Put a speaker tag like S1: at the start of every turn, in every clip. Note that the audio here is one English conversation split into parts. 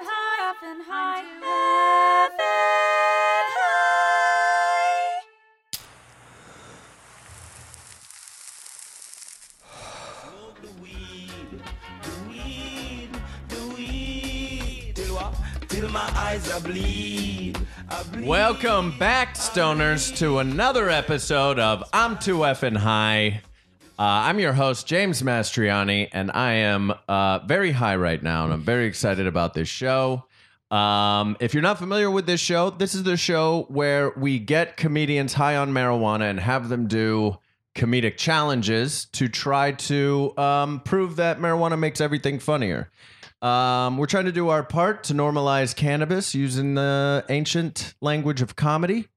S1: Heaven high. Heaven high.
S2: The weed, the weed, the weed. Till what? Till my eyes are bleed. I bleed.
S3: Welcome back, stoners, to another episode of I'm Too Effin' High. Uh, I'm your host, James Mastriani, and I am uh, very high right now, and I'm very excited about this show. Um, if you're not familiar with this show, this is the show where we get comedians high on marijuana and have them do comedic challenges to try to um, prove that marijuana makes everything funnier. Um, we're trying to do our part to normalize cannabis using the ancient language of comedy.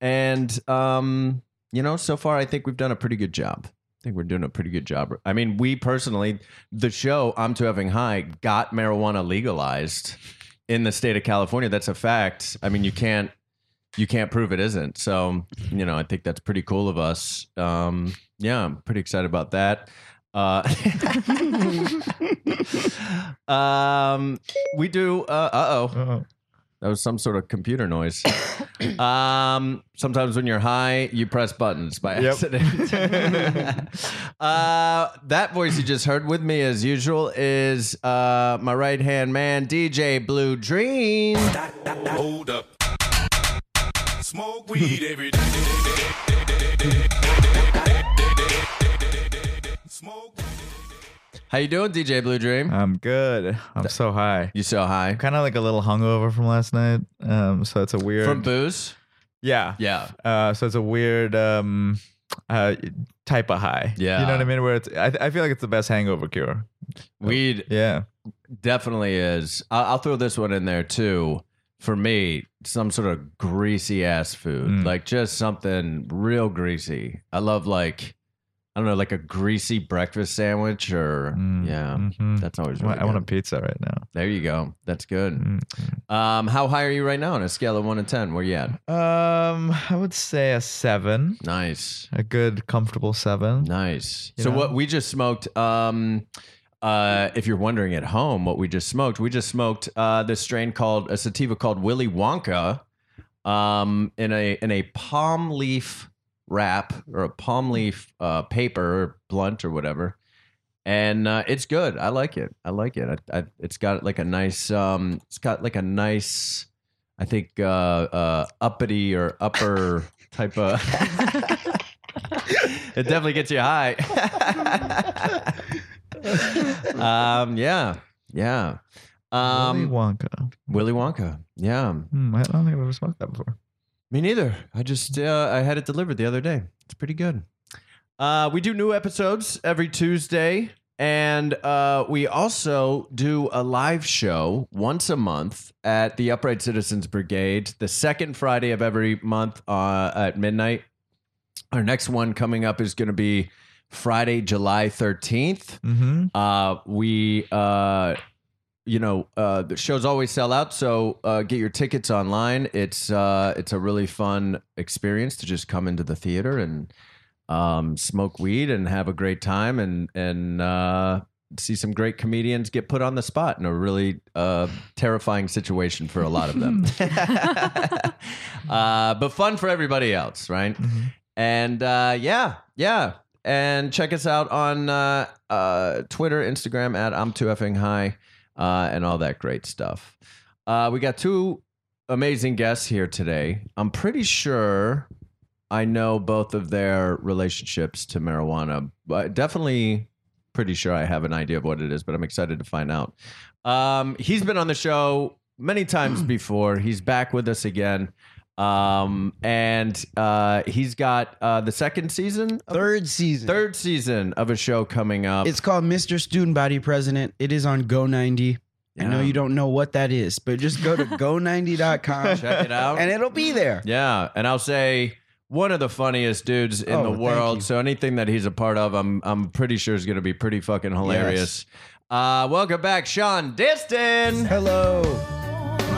S3: And, um, you know, so far I think we've done a pretty good job. I think we're doing a pretty good job. I mean, we personally, the show I'm to having high got marijuana legalized in the state of California. That's a fact. I mean, you can't you can't prove it isn't. So, you know, I think that's pretty cool of us. Um, yeah, I'm pretty excited about that. Uh, um, we do. Uh oh,
S4: Uh-oh.
S3: that was some sort of computer noise. um, sometimes when you're high, you press buttons by
S4: Yep.
S3: accident. uh, that voice you just heard with me, as usual, is uh, my right hand man, DJ Blue Dream.
S2: Hold up. Smoke weed every day. Smoke.
S3: How you doing, DJ Blue Dream?
S4: I'm good. I'm so high.
S3: You so high?
S4: Kind of like a little hungover from last night. Um, so it's a weird.
S3: From booze?
S4: yeah.
S3: Yeah.
S4: Uh, so it's a weird um, uh, type of high.
S3: Yeah.
S4: You know what I mean? Where it's, I, I feel like it's the best hangover cure.
S3: Weed
S4: Yeah.
S3: definitely is. I'll, I'll throw this one in there too. For me, some sort of greasy ass food,
S4: Mm.
S3: like just something real greasy. I love like, I don't know, like a greasy breakfast sandwich or
S4: Mm,
S3: yeah,
S4: mhm.
S3: that's always.
S4: I
S3: Really
S4: want- I want a
S3: good.
S4: pizza right now.
S3: There you go. That's good.
S4: Mm.
S3: Um, how high are you right now on a scale of one to ten? Where you at?
S4: Um, I would say a seven,
S3: Nice.
S4: a good comfortable seven.
S3: Nice. Mm-hmm.
S4: You
S3: so
S4: know?
S3: what we just smoked. Um, uh, if you're wondering at home what we just smoked, we just smoked uh, this strain called a sativa called Willy Wonka, um, in a in a palm leaf wrap or a palm leaf uh, paper or blunt or whatever, and uh, it's good. I like it. I like it. I, I, it's got like a nice. Um, it's got like a nice. I think uh, uh, uppity or upper type of. it definitely gets you high. um, yeah, yeah.
S4: Willy
S3: Um,
S4: Wonka.
S3: Willy Wonka. Yeah,
S4: Hmm, I don't think I've ever smoked that before.
S3: me neither. I just uh, I had it delivered the other day. It's pretty good. Uh, we do new episodes every Tuesday, and uh, we also do a live show once a month at the Upright Citizens Brigade, the second Friday of every month uh, at midnight. Our next one coming up is going to be Friday, July thirteenth.
S4: Mm-hmm.
S3: Uh, we, uh, you know, uh, the shows always sell out, so uh, get your tickets online. It's uh, it's a really fun experience to just come into the theater and um, smoke weed and have a great time and and uh, see some great comedians get put on the spot in a really uh, terrifying situation for a lot of them. uh, but fun for everybody else, right?
S4: mm-hmm.
S3: And uh, yeah, yeah. And check us out on uh, uh, Twitter, Instagram at I'm Too Effing High, uh, and all that great stuff. Uh, we got two amazing guests here today. I'm pretty sure I know both of their relationships to marijuana, but definitely pretty sure I have an idea of what it is, but I'm excited to find out. Um, he's been on the show many times before. He's back with us again. Um, and uh, he's got uh, the second season, of-
S5: Third season.
S3: third season of a show coming up.
S5: It's called Mr. Student Body President. It is on Go90. I know
S3: Yeah.
S5: you don't know what that is, but just go to go90.com
S3: Check it out.
S5: and it'll be there.
S3: Yeah, and I'll say one of the funniest dudes in
S5: Oh,
S3: the
S5: thank you.
S3: world. So anything that he's a part of, I'm I'm pretty sure is going to be pretty fucking hilarious. Uh, welcome back, Sean Diston.
S5: Hello.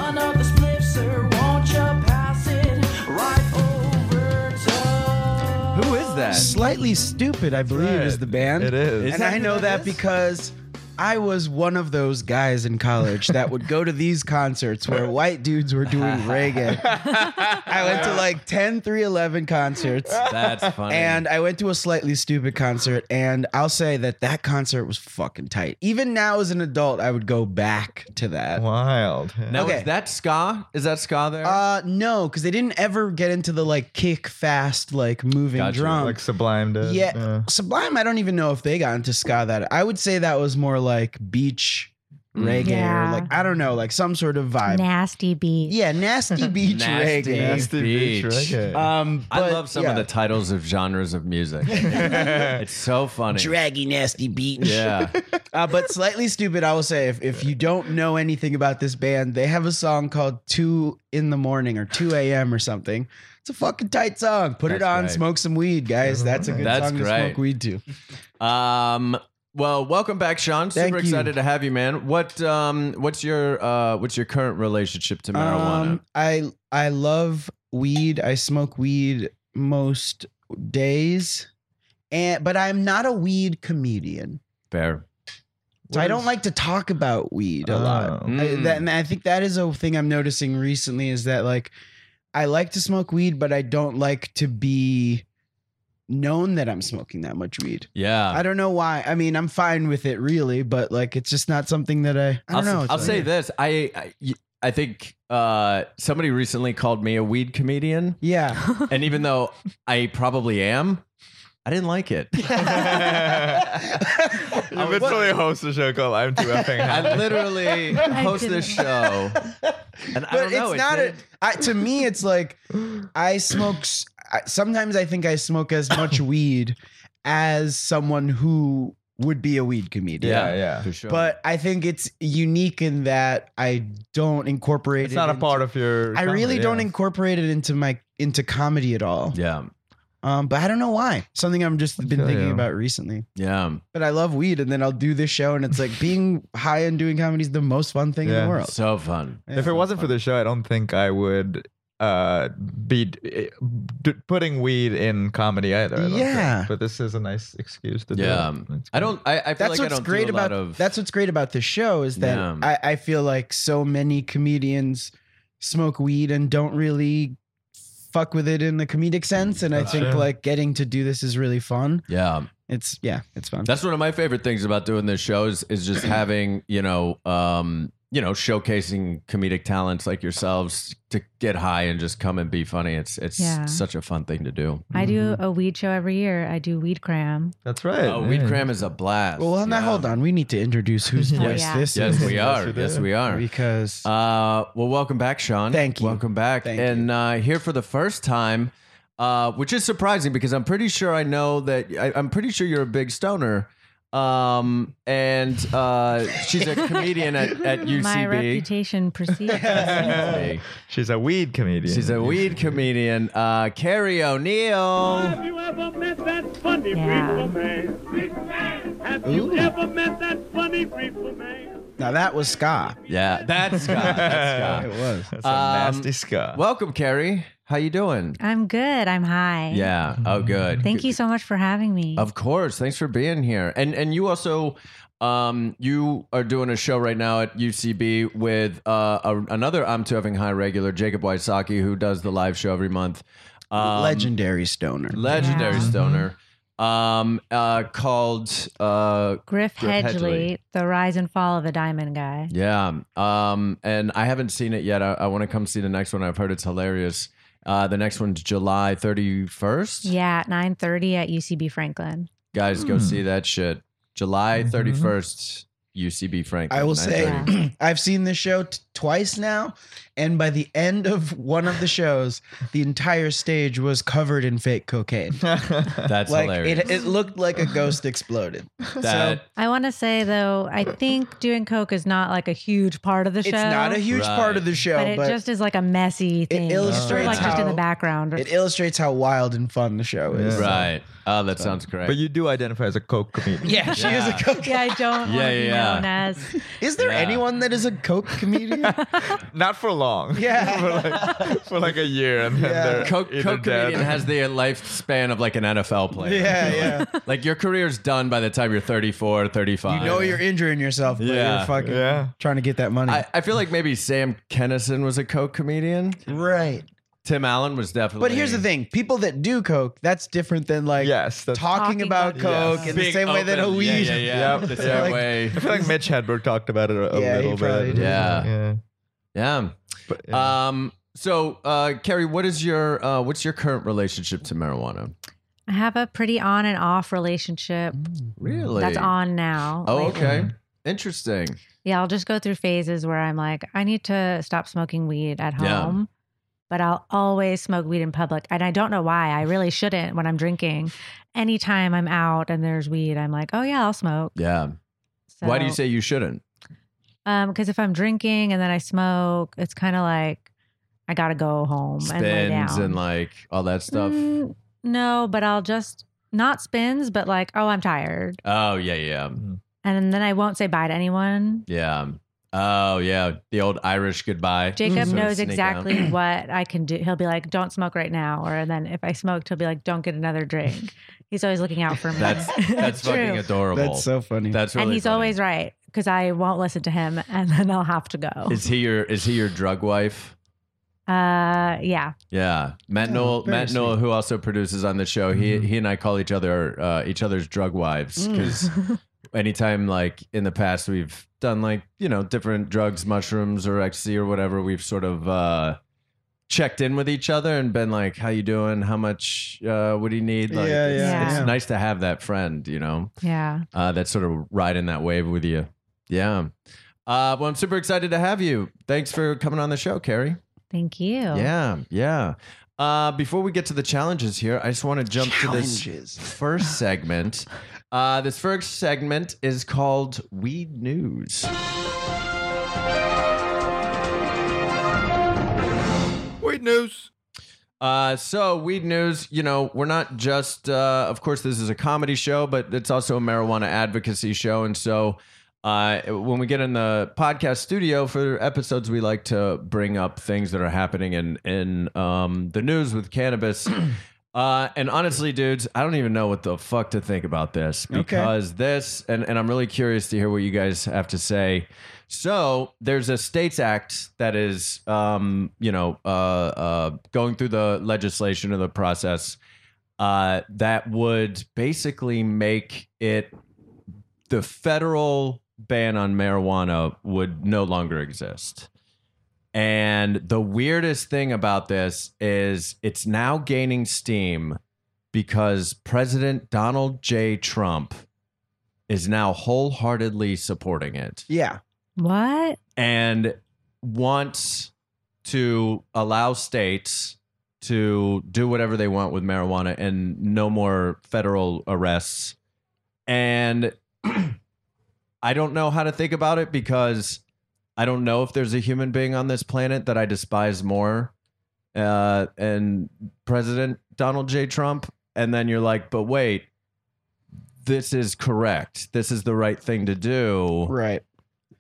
S6: Another spliff, sir, won't you pass it right over to
S3: Who is that?
S5: Slightly Stupid, I believe, is the band.
S4: It is.
S3: Is
S5: And
S3: that
S5: I
S3: who
S5: know
S3: that
S5: that
S3: is?
S5: because I was one of those guys in college that would go to these concerts where white dudes were doing reggae. I went to like 10 3 11 concerts.
S3: That's funny.
S5: And I went to a slightly stupid concert, and I'll say that that concert was fucking tight. Even now, as an adult, I would go back to
S3: Uh,
S5: that.
S4: Wild. Yeah.
S3: now
S5: okay.
S3: is that ska? Is that ska there?
S5: Uh, no, because they didn't ever get into the like kick fast, like moving
S3: Gotcha. uh,
S5: drum.
S4: like Sublime does.
S5: yeah, Sublime. I don't even know if they got into ska that. I would say that was more like beach
S3: Mm.
S5: reggae,
S1: Yeah.
S5: or like I don't know, like some sort of vibe.
S1: Nasty beat.
S5: yeah, nasty beach
S3: Nasty.
S5: reggae.
S4: Nasty beach
S3: Beach.
S4: reggae.
S5: Um,
S3: I
S5: but
S3: love some
S5: yeah.
S3: of the titles of genres of music.
S4: Uh,
S3: it's so funny.
S5: draggy, nasty beach.
S3: yeah.
S5: Uh, but slightly stupid, I will say. If, if you don't know anything about this band, they have a song called Two in the Morning or 2 a.m. or something. It's a fucking tight song. Put it
S3: That's
S5: on,
S3: right.
S5: smoke some weed, guys. That's a good
S3: That's
S5: song to
S3: great.
S5: smoke weed to.
S3: Um. Well, welcome back, Sean. Super
S5: Thank you.
S3: excited to have you, man. What um what's your uh what's your current relationship to marijuana?
S5: Um, I I love weed. I smoke weed most days. And but I'm not a weed comedian.
S3: Fair.
S5: So I don't like to talk about weed a lot.
S4: Oh.
S5: I,
S3: Mm.
S5: that, and I think that is a thing I'm noticing recently is that like I like to smoke weed, but I don't like to be known that I'm smoking that much weed.
S3: Yeah.
S5: I don't know why. I mean, I'm fine with it really, but like it's just not something that I. I
S3: will
S5: don't know. It's
S3: I'll
S5: like-
S3: say this. I, I y- I think uh somebody recently called me a weed comedian,
S5: Yeah.
S3: and even though I probably am, I didn't like it.
S4: You literally host a show called I'm Too Effing
S3: I
S4: High.
S3: literally host this show, and I
S5: but
S3: don't know.
S5: it's
S3: it
S5: not a,
S3: didn't-
S5: I, to me it's like i smoke s- I- sometimes i think i smoke as much weed as someone who would be a weed comedian
S3: Yeah,
S4: yeah.
S3: for sure.
S5: but i think it's unique in that i don't incorporate
S4: It's
S5: it
S4: not a
S5: into-
S4: part of your.
S5: i really
S4: comedy,
S5: don't
S4: yeah.
S5: incorporate it into my into comedy at all
S3: yeah,
S5: um but i don't know why something i've just been
S4: feel
S5: thinking
S4: you.
S5: about recently
S3: yeah.
S5: but i love weed and then i'll do this show and it's like being high and doing comedy is the most fun thing in
S4: Yeah.
S5: the world
S3: So fun.
S5: Yeah.
S4: If it wasn't for the show, I don't think I would uh be d- d- putting weed in comedy either. I don't
S5: Yeah.
S4: think. but this is a nice excuse to
S3: Yeah.
S4: do. it. It's
S3: I
S4: good.
S3: don't. I, I feel like
S5: that's
S3: I
S5: what's
S3: don't
S5: great
S3: do a lot
S5: about
S3: of.
S5: that's what's great about this show is that
S3: Yeah.
S5: I, I feel like so many comedians smoke weed and don't really fuck with it in the comedic sense and i
S4: That's
S5: think
S4: true.
S5: like getting to do this is really fun
S3: yeah.
S5: it's yeah it's fun
S3: That's one of my favorite things about doing this show is, is just having, you know, um, you know, showcasing comedic talents like yourselves to get high and just come and be funny. It's it's
S7: Yeah.
S3: such a fun thing to do.
S7: I do a weed show every year. I do weed cram.
S4: Mm-hmm. That's right.
S3: Oh, weed
S4: yeah.
S3: cram is a blast.
S5: well now
S3: Yeah.
S5: hold on we need to introduce whose
S4: Yes.
S5: voice
S7: Yeah.
S5: this
S3: Yes,
S5: is
S3: we are.
S4: Yes, we
S3: Yes,
S4: do.
S3: we are.
S5: because
S3: Uh, well, welcome back, Sean.
S5: Thank you.
S3: Welcome back.
S5: Thank
S3: and Uh, here for the first time, uh, which is surprising because I'm pretty sure I know that I, I'm pretty sure you're a big stoner. Um, and uh, she's a comedian at, at UCB.
S7: My reputation precedes. us.
S3: Hey.
S4: She's a weed comedian.
S3: She's a weed comedian. Uh, Carrie O'Neill.
S8: Have you ever met that funny
S7: Yeah.
S8: people man? Have
S5: Ooh.
S8: you ever met that funny people man?
S5: now that was ska
S3: Yeah, that's Scott. That's
S5: it
S3: Scott.
S5: was
S4: That's a
S3: Um,
S4: nasty ska.
S3: Welcome, Carrie. How you doing?
S7: I'm good. I'm high.
S3: Yeah. Oh, good.
S7: Thank you so much for having me.
S3: Of course. Thanks for being here. And and you also, um, you are doing a show right now at UCB with uh a, another I'm to having high regular Jacob Wysocki who does the live show every month. Um,
S5: legendary Mm-hmm. stoner
S3: legendary
S7: Yeah.
S3: stoner. Um, uh, called uh,
S7: Griff
S3: Griff Hedgley.
S7: Hedgley, the rise and fall of a diamond guy.
S3: Yeah. Um, and I haven't seen it yet. I, I want to come see the next one. I've heard it's hilarious. Uh, the next one's July 31st.
S7: Yeah, at 9:30 at UCB Franklin.
S3: Guys, go
S4: Hmm.
S3: see that shit. July
S4: Mhm.
S3: 31st, UCB Franklin.
S5: Mm-hmm. I will say,
S3: 9:30.
S5: I've seen this show t- twice now, and by the end of one of the shows, the entire stage was covered in fake cocaine.
S3: that's
S5: like
S3: hilarious.
S5: it, it looked like a ghost exploded.
S3: that,
S7: I want to say though, I think doing coke is not like a huge part of the show.
S5: It's not a huge
S3: Right.
S5: part of the show,
S7: but
S5: but,
S7: it just is like a messy thing. It's sort
S5: illustrates
S7: of like just in the
S5: how-
S7: background.
S5: it illustrates how wild and fun the show is.
S4: Yeah.
S3: right. Oh, that sounds great.
S4: but you do identify as a coke comedian.
S5: Yeah, she is
S3: Yeah.
S5: a coke.
S7: yeah, I don't want
S3: Yeah,
S7: to be
S3: yeah, yeah.
S7: known as.
S5: Is there
S3: Yeah.
S5: anyone that is a coke comedian?
S4: Not for long.
S5: Yeah.
S4: for, like, for like a year, and then
S5: Yeah.
S4: they're
S3: Coke,
S4: either
S3: Coke
S4: dead.
S3: comedian has the lifespan of like an NFL player.
S5: Yeah, yeah.
S3: Like your career's done by the time you're 34, 35.
S5: You know you're injuring yourself, but
S3: Yeah.
S5: you're fucking
S4: Yeah.
S5: trying to get that money.
S3: I, I feel like maybe Sam Kennison was a Coke comedian.
S5: right.
S3: Tim Allen was definitely.
S5: But here's the thing: people that do coke, that's different than like
S4: Yes, that's-
S5: talking,
S7: Talking
S5: about
S4: about-
S5: coke
S4: Yes.
S5: in the
S3: Big
S5: same way that a
S3: open-
S5: weed.
S3: Yeah, yeah, yeah.
S4: Yep.
S3: The
S4: Yeah,
S3: same
S4: like-
S3: way.
S4: I feel like Mitch Hedberg talked about it a, a
S5: Yeah, he
S4: little
S5: probably
S4: bit.
S5: did.
S3: Yeah.
S4: yeah.
S3: Yeah.
S4: But, yeah.
S3: Um. So, uh, Carrie, what is your uh, what's your current relationship to marijuana?
S7: I have a pretty on and off relationship
S3: Really?
S7: that's on now.
S3: Oh,
S7: lately.
S3: okay. Interesting.
S7: Yeah, I'll just go through phases where I'm like, I need to stop smoking weed at
S3: Yeah.
S7: home, but I'll always smoke weed in public. And I don't know why. I really shouldn't when I'm drinking. Anytime I'm out and there's weed, I'm like, oh, yeah, I'll smoke.
S3: Yeah.
S7: So,
S3: Why do you say you shouldn't?
S7: Um, because if I'm drinking and then I smoke, it's kind of like I gotta go home and lay
S3: Spins
S7: down.
S3: and like all that stuff.
S7: Mm, no, but I'll just not spins, but like, oh, I'm tired,
S3: Oh yeah, yeah,
S7: and then I won't say bye to anyone.
S3: yeah. Oh yeah, the old Irish goodbye.
S7: Jacob
S3: Sort of
S7: knows
S3: sneak out.
S7: exactly what I can do. He'll be like, "Don't smoke right now," or and then if I smoked, he'll be like, "Don't get another drink." He's always looking out for me.
S3: That's that's
S7: It's true.
S3: fucking adorable.
S5: That's so funny.
S3: That's really
S7: and he's
S3: funny.
S7: always right because I won't listen to him, and then I'll have to go.
S3: Is he your is he your drug wife?
S7: Uh, yeah,
S3: Yeah, Matt
S5: Oh, Mm-hmm.
S3: Noel.
S5: very
S3: Matt Noel, who also produces on the show, he he and I call each other uh, each other's drug wives
S7: Mm.
S3: because anytime like in the past we've done like you know different drugs, mushrooms or ecstasy or whatever, we've sort of uh, checked in with each other and been like, "How you doing? How much? Uh, what do you need?" Like,
S5: yeah, yeah,
S3: it's,
S7: Yeah.
S3: it's
S5: yeah.
S3: nice to have that friend, you know,
S7: yeah.
S3: uh, that's sort of riding that wave with you. Yeah. Uh, well, I'm super excited to have you. Thanks for coming on the show, Carrie.
S7: Thank you.
S3: Yeah, yeah. Uh, before we get to the challenges here, I just want to jump to this
S5: Challenges.
S3: first segment. Uh, this first segment is called Weed News.
S4: Weed news.
S3: Uh, so, Weed News, you know, we're not just, uh, of course, this is a comedy show, but it's also a marijuana advocacy show. And so, uh, when we get in the podcast studio for episodes, we like to bring up things that are happening in, in um, the news with cannabis. Uh, and honestly, dudes, I don't even know what the fuck to think about this because this, and, and I'm really curious to hear what you guys have to say. So there's a states act that is, um, you know, uh, uh, going through the legislation or the process uh, that would basically make it the federal ban on marijuana would no longer exist. And the weirdest thing about this is it's now gaining steam because President Donald J. Trump is now wholeheartedly supporting it
S5: yeah.
S7: What?
S3: and wants to allow states to do whatever they want with marijuana and no more federal arrests. And I don't know how to think about it because I don't know if there's a human being on this planet that I despise more uh, and President Donald J. Trump. And then you're like, but wait, this is correct. This is the right thing to do.
S5: Right.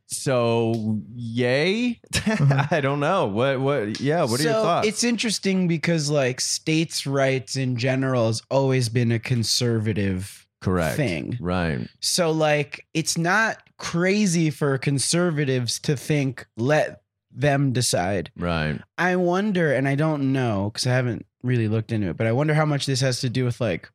S3: So yay? I don't know. What what yeah, what are your
S5: Mm-hmm. So,
S3: thoughts?
S5: It's interesting because like states' rights in general has always been a conservative
S3: correct.
S5: thing.
S3: Right.
S5: So like it's not crazy for conservatives to think let them decide.
S3: Right.
S5: I wonder, and I don't know because I haven't really looked into it, but I wonder how much this has to do with like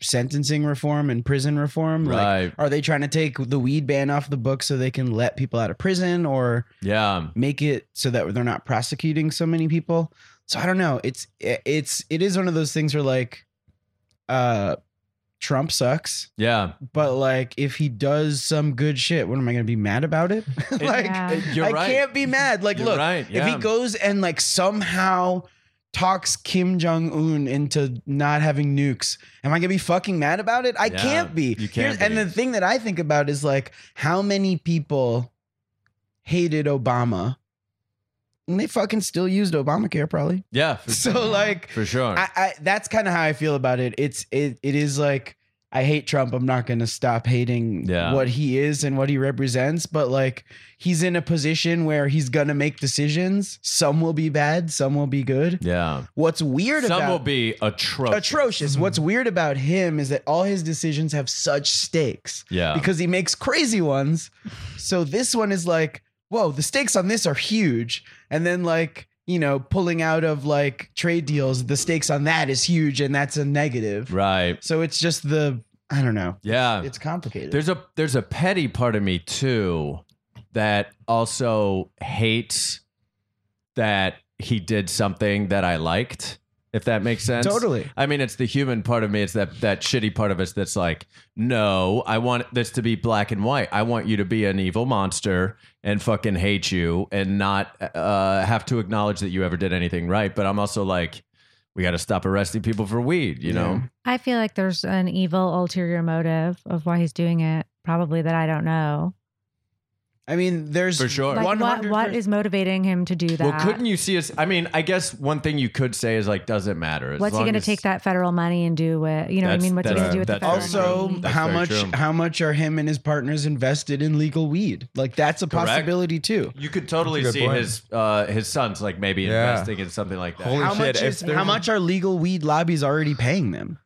S5: sentencing reform and prison reform. Like,
S3: right.
S5: are they trying to take the weed ban off the book so they can let people out of prison or
S3: Yeah.
S5: make it so that they're not prosecuting so many people? So I don't know. It's it's it is one of those things where like, uh, Trump sucks,
S3: Yeah.
S5: but like if he does some good shit, what am I going to be mad about it? like
S7: Yeah.
S3: uh, You're
S5: I
S3: right.
S5: can't be mad. Like
S3: You're
S5: look,
S3: right. Yeah.
S5: if he goes and like somehow talks Kim Jong Un into not having nukes, am I gonna be fucking mad about it? I
S3: Yeah,
S5: can't be.
S3: you
S5: Here's-
S3: can't
S5: And
S3: be.
S5: the thing that I think about is like how many people hated Obama, and they fucking still used Obamacare probably.
S3: yeah, for,
S5: So like,
S3: for sure.
S5: I, I that's kind of how I feel about it. It's it it is like I hate Trump. I'm not going to stop hating
S3: Yeah.
S5: what he is and what he represents. But like, he's in a position where he's going to make decisions. Some will be bad, some will be good.
S3: Yeah.
S5: What's weird
S3: Some
S5: about
S3: will be atrocious.
S5: atrocious. What's weird about him is that all his decisions have such stakes.
S3: Yeah.
S5: Because he makes crazy ones. So this one is like, whoa, the stakes on this are huge. And then like, you know, pulling out of like trade deals, the stakes on that is huge and that's a negative.
S3: right.
S5: So it's just the I don't know.
S3: Yeah.
S5: It's complicated.
S3: There's a there's a petty part of me too that also hates that he did something that I liked. If that makes sense.
S5: Totally.
S3: I mean, it's the human part of me. It's that that shitty part of us that's like, no, I want this to be black and white. I want you to be an evil monster and fucking hate you and not uh, have to acknowledge that you ever did anything right. But I'm also like, we got to stop arresting people for weed. You know?
S7: I feel like there's an evil ulterior motive of why he's doing it, probably that I don't know.
S5: I mean, there's
S3: For sure.
S7: Like, what, what is motivating him to do that?
S3: Well, couldn't you see us? I mean, I guess one thing you could say is like, doesn't matter. As
S7: What's he
S3: long
S7: going to
S3: as-
S7: take that federal money and do with? You know what I
S3: That's-
S7: mean? What's he
S3: that's-
S7: going to do with the
S3: that's
S7: federal
S3: very
S5: also
S7: money?
S3: That's
S5: how
S3: very
S5: much
S3: true.
S5: how much are him and his partners invested in legal weed? Like that's a
S3: Correct.
S5: possibility too.
S3: You could totally
S4: That's a good
S3: see
S4: point.
S3: his uh, his sons like maybe
S4: Yeah.
S3: investing in something like that.
S4: Holy
S5: how
S4: shit,
S5: much
S4: if
S5: is,
S4: there's
S5: how
S4: a-
S5: much are legal weed lobbies already paying them?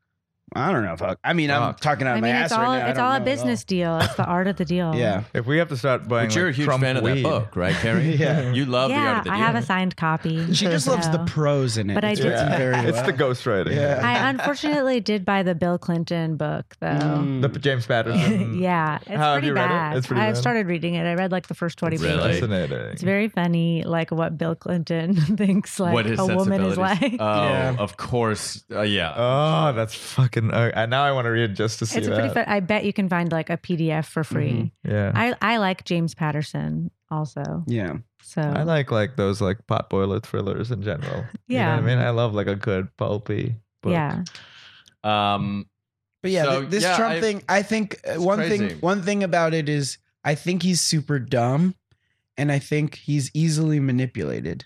S5: I don't know. Fuck. I mean, I'm
S4: Fuck.
S5: talking out of
S7: I
S5: my
S7: mean,
S5: ass
S7: it's all
S5: right now. I
S7: it's
S5: don't
S7: all a
S5: know at
S7: business deal. It's the art of the deal.
S5: Yeah.
S4: If we have to start buying,
S3: But you're
S4: like,
S3: a huge
S4: Trump
S3: fan of
S4: weed-
S3: that book, right, Carrie?
S5: Yeah.
S3: You love the art
S7: yeah.
S3: of the
S7: I
S3: deal.
S7: have a signed copy.
S5: She just loves the
S7: So-
S5: pros in it.
S7: uh, But I
S5: it's
S7: do-
S5: written
S7: Yeah.
S5: very
S4: It's
S5: well.
S4: the ghostwriting.
S5: Yeah.
S7: I unfortunately did buy the Bill Clinton book though.
S5: Mm.
S4: The James Patterson.
S7: yeah, it's
S4: How, have
S7: pretty
S4: you read it?
S7: bad.
S4: It's pretty
S7: I've
S4: bad.
S7: started reading it. I read like the first twenty
S3: Really?
S7: pages.
S4: Fascinating.
S7: It's very funny, like what Bill Clinton thinks like
S3: what his
S7: a woman is like.
S3: sensibilities- Oh, of course. Uh, yeah.
S4: Oh, that's fucking. Uh, and now I want to read just to see
S7: it's a
S4: that.
S7: pretty. Fun, I bet you can find like a PDF for free.
S5: Mm-hmm.
S4: yeah.
S7: I I like James Patterson also.
S5: Yeah.
S7: So
S4: I like like those like potboiler thrillers in general.
S7: Yeah.
S4: you know what I mean, I love like a good pulpy. Book.
S7: yeah.
S3: Um,
S5: But yeah,
S3: So,
S5: th- this
S3: yeah,
S5: Trump
S3: I-
S5: thing, I think uh,
S3: it's
S5: one
S3: crazy.
S5: thing one thing about it is I think he's super dumb and I think he's easily manipulated.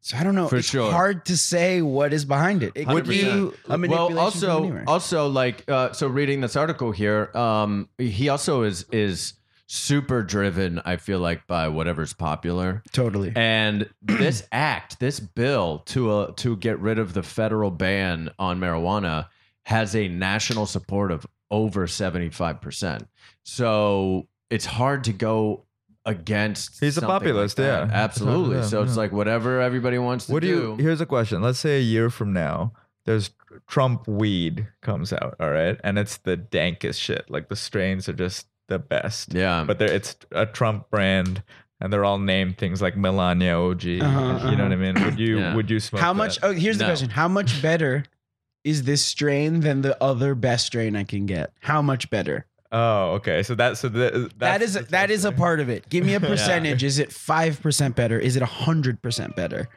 S5: So I don't know.
S3: For
S5: it's
S3: sure.
S5: hard to say what is behind it. It could be
S3: 100%.
S5: a manipulation
S3: well, also,
S5: from anywhere.
S3: also like uh, so reading this article here, um, he also is is super driven. I feel like by whatever's popular.
S5: totally.
S3: And this act, this bill to uh, to get rid of the federal ban on marijuana has a national support of over 75%. So it's hard to go against
S4: He's a
S3: something
S4: populist,
S3: like that.
S4: yeah.
S3: Absolutely.
S4: It's hard to
S3: so
S4: do,
S3: it's
S4: yeah.
S3: like whatever everybody wants to
S4: What do you? Here's a question. Let's say a year from now, there's Trump weed comes out. All right, and it's the dankest shit. Like the strains are just the best.
S3: yeah.
S4: But they're, it's a Trump brand, and they're all named things like Melania OG.
S5: Uh-huh,
S4: You know
S5: uh-huh.
S4: what I mean? Would you?
S3: Yeah.
S4: Would you smoke?
S5: How much?
S4: that?
S5: Oh, here's the
S3: uh, No.
S5: question: How much better is this strain than the other best strain I can get? How much better?
S4: Oh, okay. So that. So the,
S5: That
S4: that's
S5: is
S4: the
S5: that is a
S4: thing.
S5: part of it. Give me a percentage. Is it five percent better? Is it hundred percent better?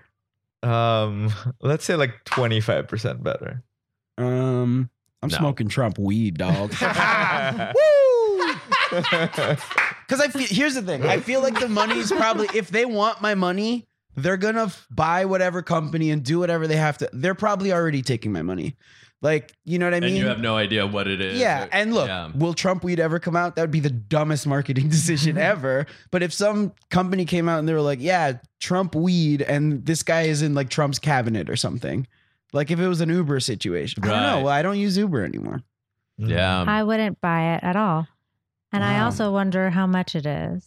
S4: Um, let's say like twenty five percent better.
S5: Um, I'm
S3: No.
S5: smoking Trump weed, dog. Because I feel here's the thing. I feel like the money's probably if they want my money, they're gonna f- buy whatever company and do whatever they have to. They're probably already taking my money. Like you know what I mean?
S3: and you have no idea what it is.
S5: Yeah, and look,
S3: Yeah.
S5: will Trump weed ever come out? That would be the dumbest marketing decision ever. But if some company came out and they were like, "Yeah, Trump weed," and this guy is in like Trump's cabinet or something, like if it was an Uber situation, I don't
S3: Right.
S5: know. Well, I don't use Uber anymore.
S3: Yeah.
S7: I wouldn't buy it at all. And I
S5: Wow.
S7: also wonder how much it is.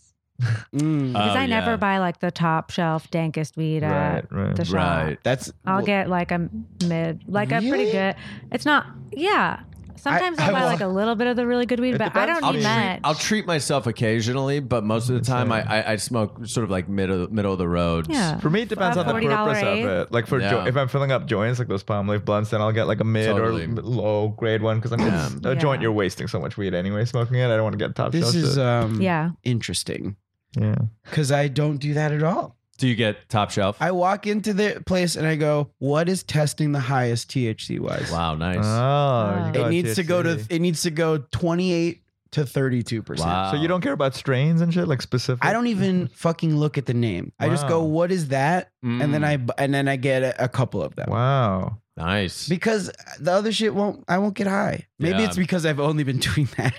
S5: Mm,
S7: Because
S3: Oh,
S7: I never
S3: yeah.
S7: buy like the top shelf dankest weed at
S4: Right, right.
S7: the shop.
S3: Right.
S5: that's
S7: I'll
S5: well,
S7: get like a mid, like a pretty
S5: Really?
S7: good. It's not, yeah. Sometimes I,
S5: I
S7: will buy
S5: will-
S7: like a little bit of the really good weed,
S4: It
S7: but I
S4: depends.
S7: don't
S3: I'll
S7: need
S3: treat,
S7: much.
S3: I'll treat myself occasionally, but most of the time I, I, I smoke sort of like middle middle of the road.
S7: yeah.
S4: For me, it depends
S7: A
S4: on the
S7: $40
S4: purpose
S7: eighth?
S4: of it. Like for jo-
S3: Yeah.
S4: if I'm filling up joints, like those palm leaf blunts, then I'll get like a mid
S3: Totally.
S4: or m- low grade one because I'm just
S7: Yeah.
S4: a joint.
S7: Yeah.
S4: You're wasting so much weed anyway smoking it. I don't want to get top
S5: this
S4: shelf
S5: is
S4: shit.
S5: uh, um
S7: Yeah.
S5: interesting
S4: yeah.
S5: because I don't do that at all.
S3: Do you get top shelf?
S5: I walk into the place and I go, "What is testing the highest THC wise?"
S3: wow, nice.
S4: Oh,
S7: Ah.
S4: you
S5: It
S4: got
S5: needs to go to
S4: THC.
S5: it needs to go 28 to 32 percent.
S3: Wow.
S4: so you don't care about strains and shit like specific.
S5: I don't even fucking look at the name. I just go,
S4: Wow.
S5: "What is that?" And then
S3: Mm.
S5: I bu- and then I get a, a couple of them.
S4: Wow.
S3: Nice.
S5: because the other shit won't. I won't get high. Maybe
S3: Yeah.
S5: it's because I've only been doing that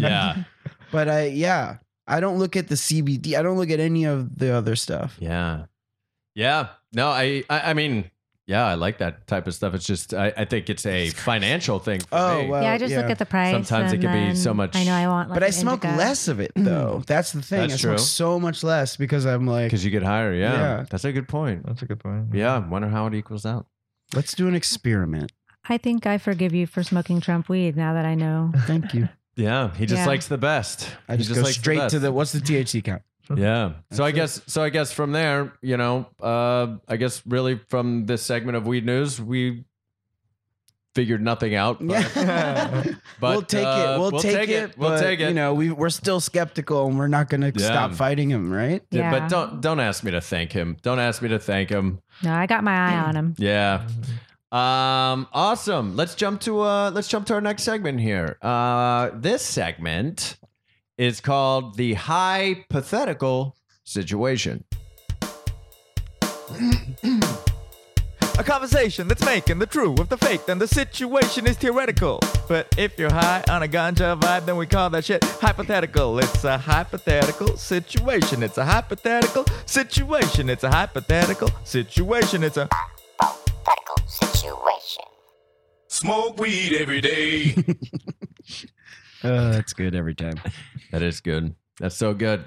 S3: yeah.
S5: But I yeah, I don't look at the CBD. I don't look at any of the other stuff.
S3: Yeah. Yeah. No, I, I, I mean, yeah, I like that type of stuff. It's just, I, I think it's a financial thing for
S5: Oh,
S3: me.
S5: wow.
S7: yeah, I just look
S5: yeah.
S7: at the price.
S3: Sometimes it
S7: and
S3: can be
S7: then
S3: so much-
S7: I know I want. Like
S5: but I
S7: an Mm-hmm.
S5: smoke
S7: indica.
S5: less of it though. That's the thing.
S3: That's
S5: I
S3: true.
S5: smoke so much less because I'm like,
S3: Because you get higher. Yeah.
S5: Yeah.
S3: That's a good point.
S4: That's a good point.
S3: Yeah. I wonder how it equals out.
S5: let's do an experiment.
S7: I think I forgive you for smoking Trump weed now that I know.
S5: Thank you.
S3: Yeah. He just
S7: Yeah.
S3: likes the best.
S5: I
S3: He
S5: just, go
S3: likes
S5: straight to
S3: best.
S5: the what's the THC count?
S3: Yeah. So I
S5: That's it.
S3: guess so I guess from there, you know, uh I guess really from this segment of Weed News, we figured nothing out. But,
S5: Yeah.
S3: but,
S5: we'll take
S3: uh,
S5: it. We'll, take, it.
S3: We'll
S5: but,
S3: take it.
S5: You know, we we're still skeptical, and we're not going to
S3: Yeah.
S5: stop fighting him, right?
S3: Yeah,
S7: Yeah.
S3: But don't don't ask me to thank him. Don't ask me to thank him.
S7: No, I got my eye on him.
S3: Yeah. Um awesome. Let's jump to uh let's jump to our next segment here. Uh this segment is called the hypothetical situation.
S4: A conversation that's making the true with the fake, then the situation is theoretical. But if you're high on a ganja vibe, then we call that shit hypothetical. It's a hypothetical situation. It's a hypothetical situation. It's a hypothetical situation. It's a
S9: hypothetical situation.
S2: Smoke weed every day.
S5: Oh, that's good every time.
S3: That is good. That's so good.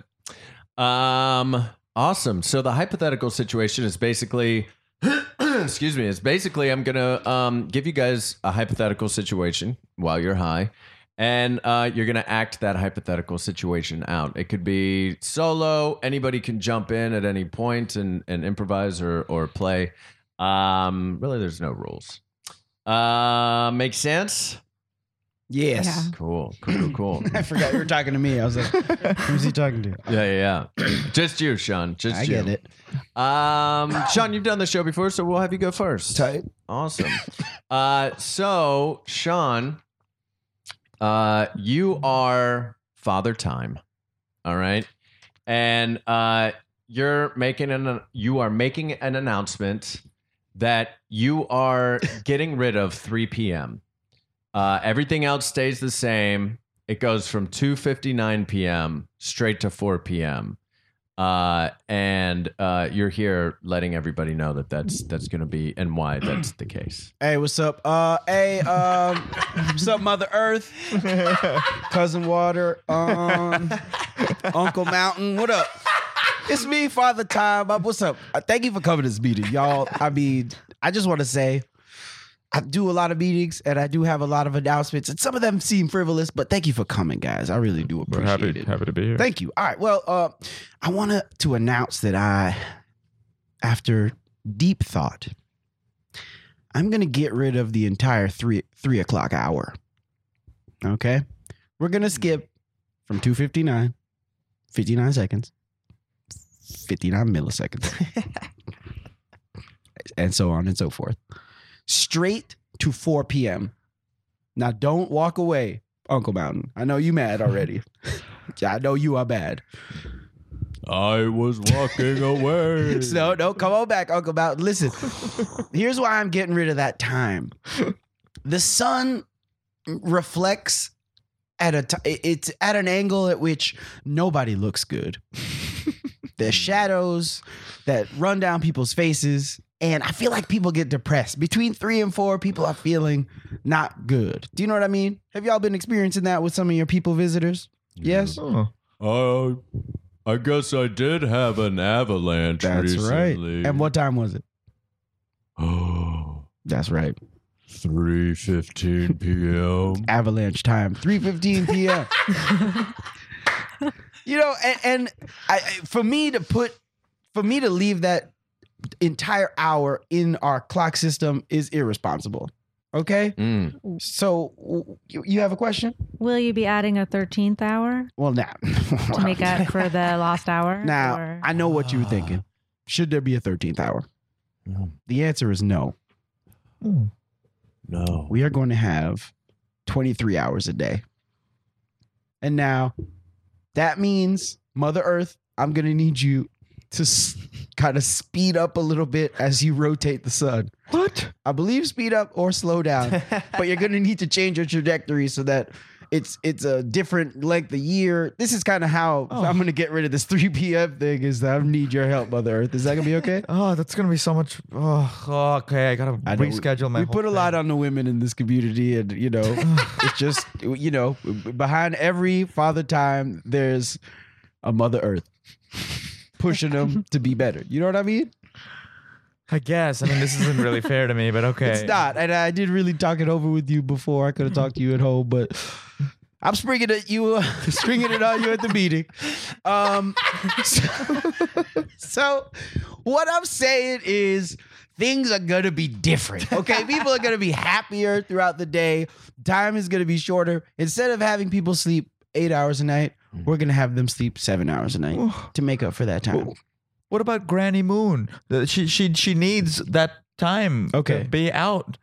S3: Um, awesome. So the hypothetical situation is basically, excuse me, it's basically I'm gonna um give you guys a hypothetical situation while you're high, and uh, you're gonna act that hypothetical situation out. It could be solo. Anybody can jump in at any point and and improvise or or play. Um, really, there's no rules. Uh, makes sense.
S5: Yes.
S3: Cool. Cool. Cool. cool.
S5: I forgot you were talking to me. I was like, who's he talking to?
S3: Yeah, yeah, yeah. Just you, Sean. Just
S5: I
S3: you.
S5: get it.
S3: Um, Sean, you've done the show before, so we'll have you go first.
S5: Tight.
S3: Awesome. Uh, so Sean, uh, you are father time. All right, and uh, you're making an you are making an announcement that you are getting rid of 3 p.m. Uh, everything else stays the same. It goes from 2:59 p.m. straight to 4 p.m uh, and uh, you're here letting everybody know that that's that's going to be and why that's the case.
S5: Hey, what's up? Uh, hey, um, what's up, Mother Earth, cousin Water, um, Uncle Mountain? What up? It's me, Father Time. Up, what's up? Uh, thank you for coming to this meeting, y'all. I mean, I just want to say, I do a lot of meetings and I do have a lot of announcements, and some of them seem frivolous, but thank you for coming, guys. I really do appreciate it.
S4: to be here.
S5: Thank you. All right. Well, uh, I want to to announce that I, after deep thought, I'm going to get rid of the entire three three o'clock hour. Okay, we're going to skip from 259, 59 seconds, 59 milliseconds, and so on and so forth, straight to 4 p.m. Now, don't walk away, Uncle Mountain. I know you mad already. Yeah, I know you are bad.
S3: I was walking away.
S5: So no, come on back, Uncle Mountain. Listen, here's why I'm getting rid of that time. The sun reflects at a t- it's at an angle at which nobody looks good. the shadows that run down people's faces, and I feel like people get depressed between three and four. People are feeling not good. Do you know what I mean? Have y'all been experiencing that with some of your people visitors? Yes.
S4: Oh,
S3: Uh, I guess I did have an avalanche recently.
S5: And what time was it?
S3: Oh,
S5: That's right.
S3: 3.15 p.m.
S5: avalanche time 3.15 p.m you know and, and I, I- for me to put for me to leave that entire hour in our clock system is irresponsible okay
S3: Mm.
S5: so w- you, you have a question
S7: Will you be adding a thirteenth hour
S5: well now
S7: to make up for the lost hour?
S5: now
S7: or-
S5: i know what you were thinking should there be a 13th hour
S3: No.
S5: the answer is no Hmm.
S3: No.
S5: we are going to have 23 hours a day. And now that means, Mother Earth, I'm going to need you to s- kind of speed up a little bit as you rotate the sun.
S4: What?
S5: I believe speed up or slow down, but you're going to need to change your trajectory so that it's it's a different length of year. This is kind of how I'm going to get rid of this 3 p.m. thing. Is that I need your help, Mother Earth? Is that going to be okay?
S4: Oh, that's gonna be so much. Oh, okay. I gotta
S5: I know we-
S4: reschedule my.
S5: We put a lot on the women in this community, and you know, it's just you know, behind every father time, there's a Mother Earth pushing them to be better. You know what I mean?
S4: I guess. I mean, this isn't really fair to me, but okay.
S5: It's not. And I did really talk it over with you before. I could have talked to you at home, but I'm springing it you, uh, springing it on you at the meeting. Um, so, so what I'm saying is things are gonna be different. Okay, people are gonna be happier throughout the day. Time is gonna be shorter. Instead of having people sleep eight hours a night, we're gonna have them sleep seven hours a night to make up for that time.
S4: What about Granny Moon? The- She she she needs that time.
S5: Okay.
S4: To be out.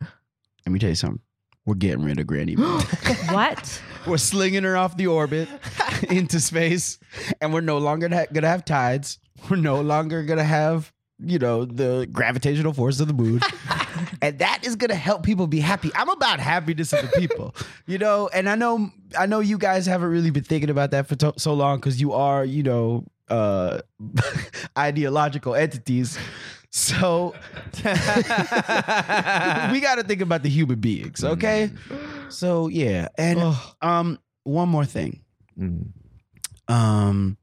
S5: Let me tell you something. We're getting rid of Granny. Moon.
S7: What?
S5: We're slinging her off the orbit into space, and we're no longer ha- gonna have tides. We're no longer gonna have, you know, the gravitational force of the moon, and that is gonna help people be happy. I'm about happiness of the people, you know. And I know, I know, you guys haven't really been thinking about that for to- so long because you are, you know, uh, ideological entities. So we got to think about the human beings,
S3: Mm.
S5: okay? So yeah, and um, one more thing.
S3: Mm.
S5: Um,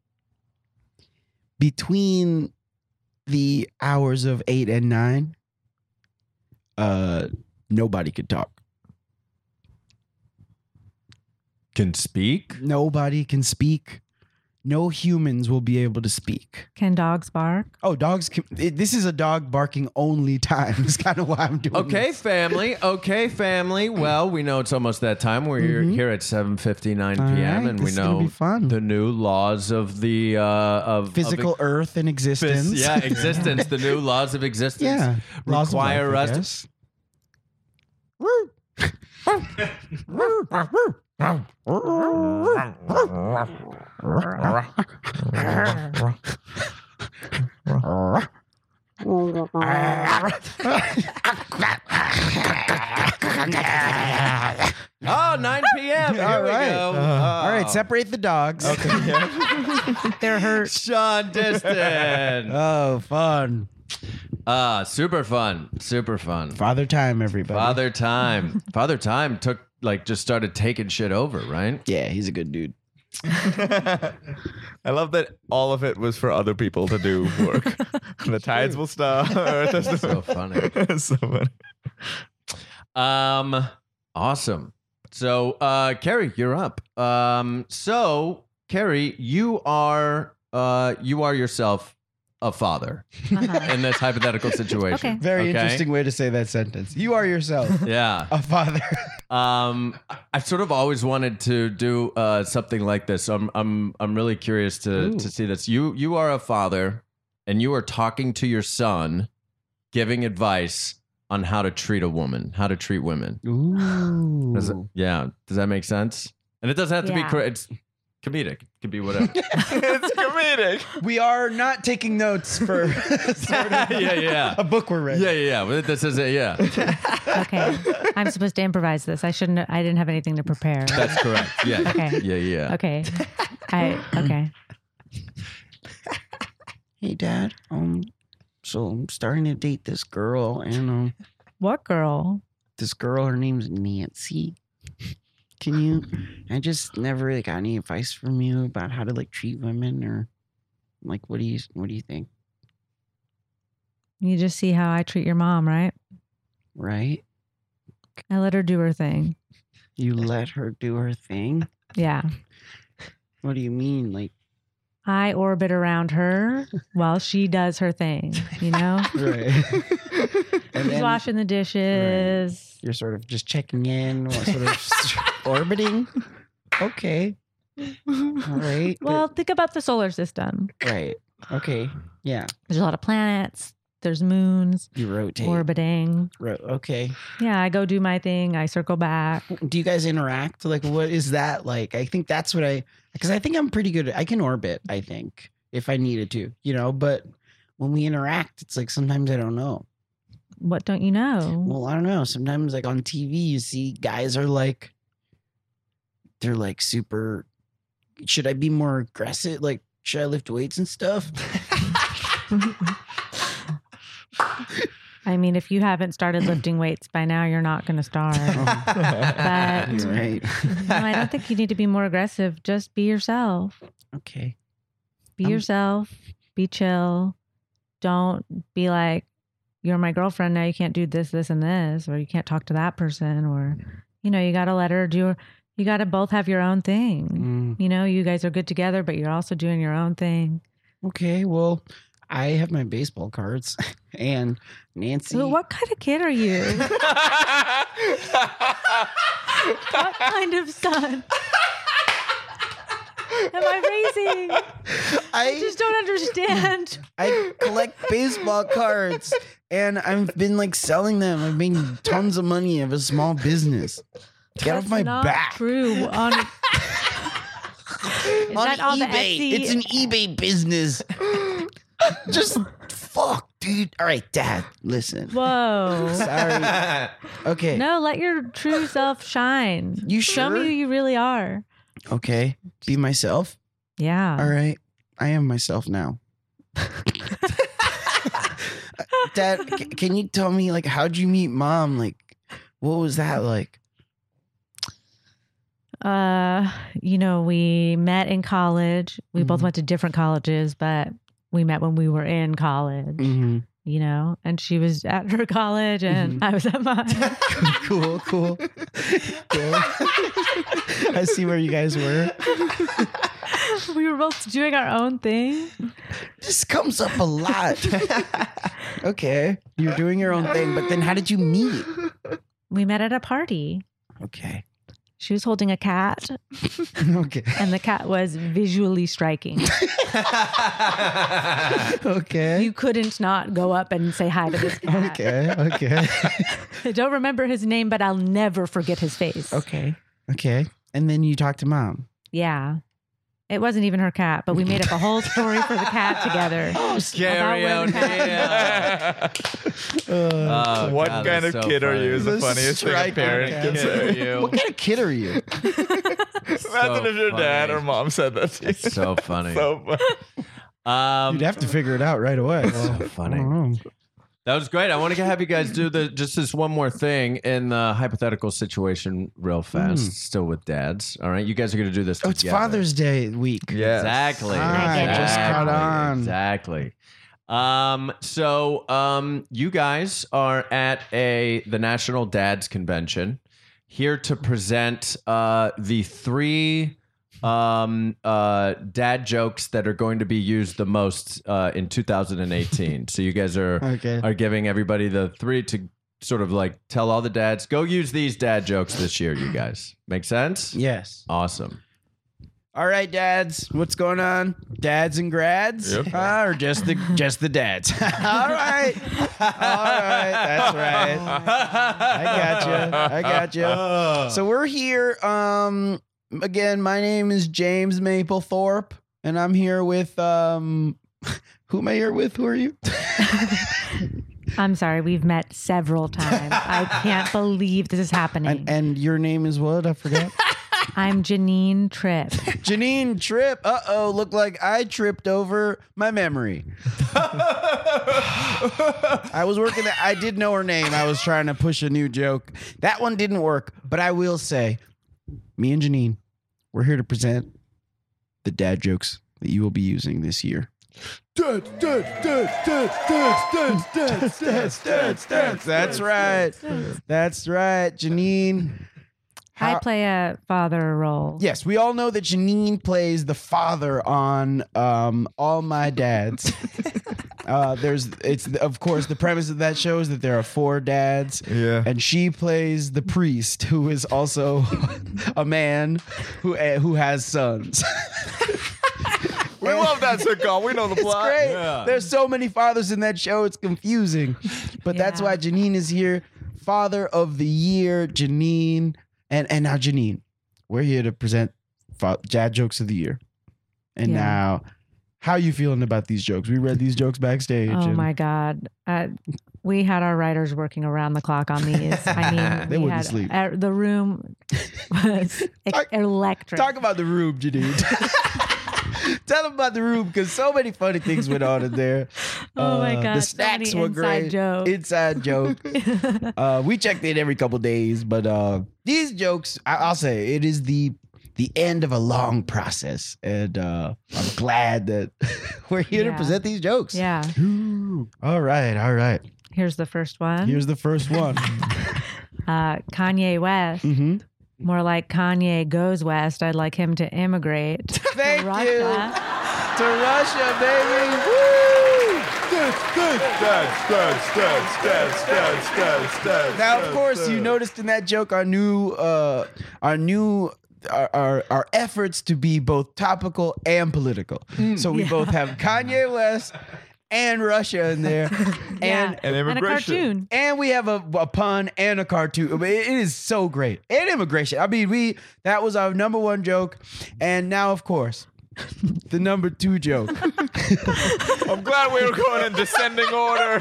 S5: between the hours of eight and nine, uh, nobody could talk.
S3: Can speak?
S5: Mm-hmm. Nobody can speak. No humans will be able to speak.
S7: Can dogs bark?
S5: Oh, dogs! Can, it, this is a dog barking only time. It's kind of why I'm doing.
S3: Okay,
S5: this.
S3: family. Okay, family. Well, we know it's almost that time. We're here, here at seven fifty nine
S5: Mm-hmm. All
S3: p.m.
S5: right,
S3: and
S5: this
S3: we
S5: is gonna
S3: know
S5: be fun.
S3: the new laws of the uh, of of
S5: physical Earth in
S3: ex-
S5: existence.
S3: yeah, existence. the new laws of existence
S5: Yeah. Laws of
S3: require
S5: life, I
S3: us.
S5: guess.
S3: To, oh, 9 p.m. Here
S5: All
S3: we
S5: right.
S3: go.
S4: Uh,
S3: Oh.
S5: All right, separate the dogs. Uh, Okay.
S7: They're hurt.
S3: Sean Diston.
S5: oh, fun.
S3: uh, super fun. Super fun.
S5: Father time, everybody.
S3: Father Time. Father Time took like just started taking shit over, right?
S5: Yeah, he's a good dude.
S4: I love that all of it was for other people to do work. the tides will stop.
S3: So funny.
S4: so funny.
S3: Um, awesome. So, uh, Carrie, you're up. Um, so Carrie, you are, uh, you are yourself a father
S7: Uh-huh.
S3: in this hypothetical situation.
S7: Okay.
S3: Okay?
S5: Very interesting way to say that sentence. You are yourself
S3: Yeah.
S5: a father.
S3: Um, I- I've sort of always wanted to do uh, something like this. So I'm, I'm, I'm really curious to
S5: Ooh.
S3: to see this. You, you are a father, and you are talking to your son, giving advice on how to treat a woman, how to treat women.
S5: Ooh.
S3: Does it- yeah. Does that make sense? And it doesn't have to be
S7: Yeah.
S3: cor- it's comedic. It could be whatever.
S4: it's comedic.
S5: We are not taking notes for sort
S3: yeah,
S5: of
S3: yeah, yeah.
S5: a book we're reading.
S3: Yeah, yeah, yeah. Well, This is it. Yeah,
S7: Okay. I'm supposed to improvise this. I shouldn't. I didn't have anything to prepare.
S3: that's correct. Yeah,
S7: Okay.
S3: yeah, yeah.
S7: Okay. I okay.
S5: Hey, Dad. Um, so I'm starting to date this girl, and um,
S7: What girl?
S5: this girl, her name's Nancy. Can you? I just never really got any advice from you about how to like treat women, or like what do you what do you think?
S7: You just see how I treat your mom, right?
S5: Right?
S7: I let her do her thing.
S5: You let her do her thing.
S7: Yeah.
S5: What do you mean? Like
S7: I orbit around her while she does her thing, you know?
S5: right? and
S7: She's
S5: then
S7: washing the dishes.
S5: you're sort of just checking in, or sort of orbiting. Okay. All right. but-
S7: Well, think about the solar system.
S5: right. Okay. Yeah.
S7: There's a lot of planets, there's moons
S5: You rotate.
S7: orbiting.
S5: Ro- okay.
S7: Yeah, I go do my thing, I circle back.
S5: do you guys interact like what is that like i think that's what i because i think i'm pretty good at, i can orbit i think if i needed to you know but when we interact, it's like sometimes I don't know.
S7: What don't you know?
S5: Well, I don't know. Sometimes, like on TV, you see guys are like, they're like super. Should I be more aggressive? Like, should I lift weights and stuff?
S7: I mean, if you haven't started lifting weights by now, you're not going to starve. but
S5: That's right.
S7: no, I don't think you need to be more aggressive. Just be yourself.
S5: Okay.
S7: Be
S5: I'm-
S7: yourself. Be chill. Don't be like, you're my girlfriend. Now you can't do this, this, and this, or you can't talk to that person, or, you know, you got to let her do, you got to both have your own thing.
S5: Mm,
S7: You know, you guys are good together, but you're also doing your own thing.
S5: okay. Well, I have my baseball cards and Nancy.
S7: So what kind of kid are you? what kind of son? Am I raising? I
S5: I
S7: just don't understand.
S5: I collect baseball cards and I've been like selling them. I've made tons of money. I have a small business. Get
S7: That's
S5: off my
S7: not
S5: back.
S7: True. On, Is
S5: on
S7: that all the
S5: eBay.
S7: Etsy?
S5: It's an eBay business. Just fuck, dude. All right, Dad. Listen.
S7: Whoa.
S5: Sorry. Okay.
S7: No, let your true self shine.
S5: You
S7: Show me
S5: sure?
S7: who you really are.
S5: Okay. Be myself.
S7: Yeah.
S5: All right. I am myself now. Dad, c- can you tell me like how'd you meet mom? Like, what was that like?
S7: Uh, you know, we met in college. We both
S5: Mhm.
S7: went to different colleges, but we met when we were in college.
S5: Mhm.
S7: You know, and she was at her college, and
S5: Mm-hmm.
S7: I was at mine.
S5: cool, cool. cool. I see where you guys were.
S7: we were both doing our own thing.
S5: This comes up a lot. okay. You're doing your own thing, but then how did you meet?
S7: We met at a party.
S5: Okay.
S7: She was holding a cat,
S5: Okay.
S7: and the cat was visually striking.
S5: Okay.
S7: you couldn't not go up and say hi to this cat.
S5: Okay. Okay.
S7: I don't remember his name, but I'll never forget his face.
S5: Okay. Okay. And then you talk to mom.
S7: Yeah. It wasn't even her cat, but we made up a whole story for the cat together.
S3: Gary
S7: About when-
S3: O'Neill.
S5: Uh,
S3: Oh,
S4: what
S3: God,
S4: kind of
S3: that's so
S4: kid are you? Is the
S5: This
S4: funniest thing a
S5: strike
S4: parent
S5: on
S4: can
S5: cat.
S4: say.
S3: you?
S5: what kind of kid are you?
S4: Imagine if your dad or
S3: funny.
S4: mom said that to you.
S3: So funny.
S4: So funny.
S3: Um,
S5: You'd have to figure it out right away.
S3: so funny. That was great. I want to have you guys do the just this one more thing in the hypothetical situation real fast.
S5: Mm.
S3: Still with dads. All right, you guys are going to do this.
S5: Oh, it's
S3: together.
S5: Father's Day week.
S4: Yes.
S3: Exactly.
S5: Ah,
S7: I just
S3: Exactly.
S5: caught on.
S3: Exactly. Um, so um, you guys are at a the National Dads Convention here to present uh, the three um, uh, dad jokes that are going to be used the most uh, in 2018. so you guys are
S5: Okay.
S3: are giving everybody the three to sort of like tell all the dads go use these dad jokes this year. You guys make sense?
S5: Yes.
S3: Awesome.
S5: All right, dads. What's going on? Dads and grads?
S4: Yep.
S5: Ah, or just the just the dads. All right. All right. That's right. I gotcha. I gotcha. So we're here. Um again, my name is James Maplethorpe, and I'm here with um who am I here with? Who are you?
S7: I'm sorry, we've met several times. I can't believe this is happening.
S5: And and your name is what? I forgot.
S7: I'm Janine Tripp.
S5: Janine Trip. Uh oh, look like I tripped over my memory. I was working. At, I did know her name. I was trying to push a new joke. That one didn't work, but I will say, me and Janine, we're here to present the dad jokes that you will be using this year. That's right. That's right, Janine.
S7: I
S5: How-
S7: play a father role.
S5: Yes, we all know that Janine plays the father on um, All My Dads. uh, there's, it's of course the premise of that show is that there are four dads,
S4: Yeah.
S5: and she plays the priest, who is also a man who eh, who has sons.
S4: We love that sitcom. We know the
S5: It's
S4: plot.
S5: great.
S3: Yeah.
S5: There's so many fathers in that show. It's confusing, but that's
S7: Yeah.
S5: why Janine is here, Father of the Year, Janine, and and now Janine, we're here to present fa- dad jokes of the year, and
S7: Yeah.
S5: now How you feeling about these jokes? We read these jokes backstage.
S7: Oh
S5: and
S7: my God. Uh, we had our writers working around the clock on these. I mean,
S5: They
S7: we
S5: wouldn't
S7: had,
S5: sleep.
S7: uh, the room was
S5: Talk-
S7: electric.
S5: Talk about the room, Janine. Tell them about the room because so many funny things went on in there.
S7: Oh my God,
S5: The
S7: so many
S5: snacks were
S7: inside
S5: great.
S7: jokes.
S5: Inside joke. uh, we checked in every couple days, but uh, these jokes, I- I'll say, it is the the end of a long process, and uh, I'm glad that we're here to
S7: Yeah.
S5: present these jokes.
S7: yeah.
S5: Ooh. All right, all right.
S7: Here's the first one.
S5: Here's the first one.
S7: uh, Kanye West.
S5: Mhm.
S7: More like Kanye goes west. I'd like him to immigrate. to
S5: Thank you.
S7: Russia.
S5: to Russia, baby. Woo! Now, of course, you noticed in that joke our new, uh, our new. Our, our our efforts to be both topical and political.
S7: Mm.
S5: so we both have Kanye West and Russia in there, and
S7: yeah. and a cartoon.
S5: and we have a, a pun and a cartoon. I mean, It is so great. And immigration. I mean, we that was our number one joke, and now of course, the number two joke.
S4: I'm glad we were going in descending order.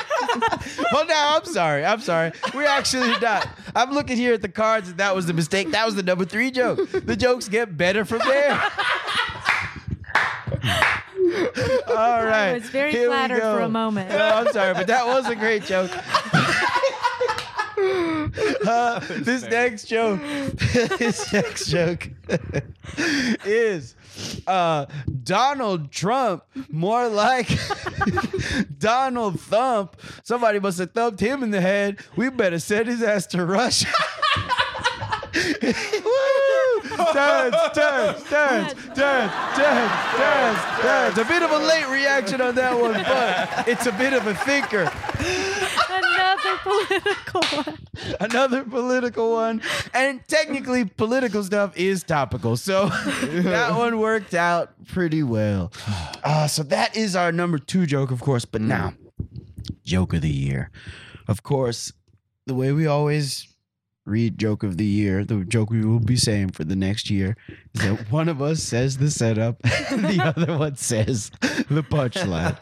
S5: well, now I'm sorry. I'm sorry. We're actually not. I'm looking here at the cards, and that was the mistake. That was the number three joke. The jokes get better from there. All right.
S7: I was very
S5: Here we
S7: flattered
S5: go.
S7: for a moment.
S5: No, I'm sorry, but that was a great joke. Uh, this next joke, this next joke is uh, Donald Trump, more like Donald Thump. Somebody must have thumped him in the head. We better send his ass to Russia. Woo! Turns, turns, turns, turns, turns, turns, turns. A bit of a late reaction on that one, but it's a bit of a thinker.
S7: Another political one.
S5: Another political one. And technically, political stuff is topical. So that one worked out pretty well. Uh, so that is our number two joke, of course. But now, joke of the year. Of course, the way we always read joke of the year, the joke we will be saying for the next year is that one of us says the setup and the other one says the punchline.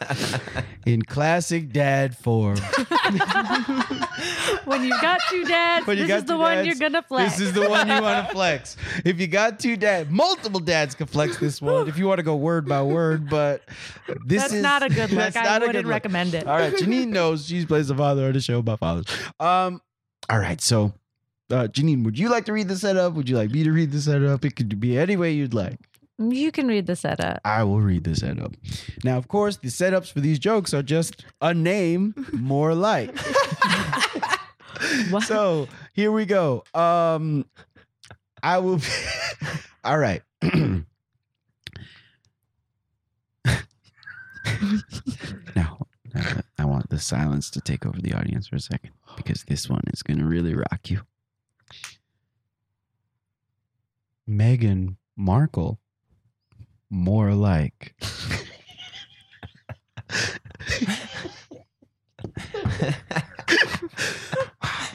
S5: In classic dad form.
S7: When you got two dads,
S5: When you
S7: this
S5: got
S7: is the
S5: two
S7: one
S5: dads,
S7: you're gonna flex.
S5: This is the one you want to flex. If you got two dads, multiple dads can flex this one if you want to go word by word, but this
S7: That's
S5: is
S7: not a good look.
S5: that's
S7: I
S5: not a
S7: wouldn't
S5: good look.
S7: recommend it.
S5: All right, Janine knows she plays the father on the show about fathers. Um, all right, so uh, Janine, would you like to read the setup? Would you like me to read the setup? It could be any way you'd like.
S7: You can read the setup.
S5: I will read the setup. Now, of course, the setups for these jokes are just a name more like.
S7: What?
S5: So here we go. Um, I will. Be, all right. now, now I want the silence to take over the audience for a second because this one is going to really rock you. Meghan Markle, more like.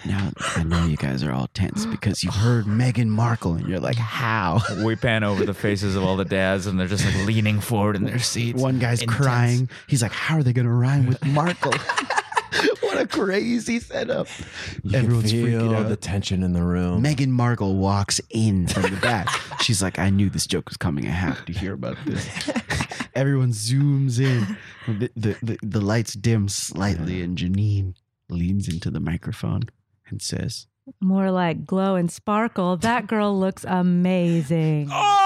S5: Now I know you guys are all tense because you heard Meghan Markle and you're like, how?
S10: We pan over the faces of all the dads, and they're just like leaning forward in their seats.
S5: One guy's
S10: Intense.
S5: crying. He's like, how are they going to rhyme with Markle? what a crazy setup.
S3: You
S5: Everyone's
S3: can feel
S5: freaking out.
S3: the tension in the room.
S5: Meghan Markle walks in from the back. She's like, I knew this joke was coming. I have to hear about this. Everyone zooms in. The, the, the, the lights dim slightly, and Janine leans into the microphone and says,
S7: More like glow and sparkle. That girl looks amazing.
S5: Oh!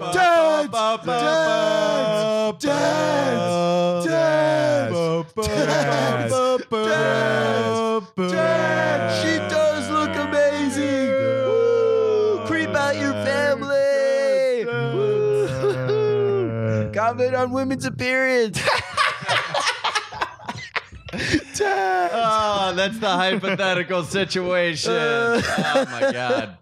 S5: Dance! Dance! Dance! Dance! Dance! Dance! She does look amazing! Woo! Creep out your family! Woo! Comment on women's appearance! Dance!
S3: Oh, that's the hypothetical situation. oh my god.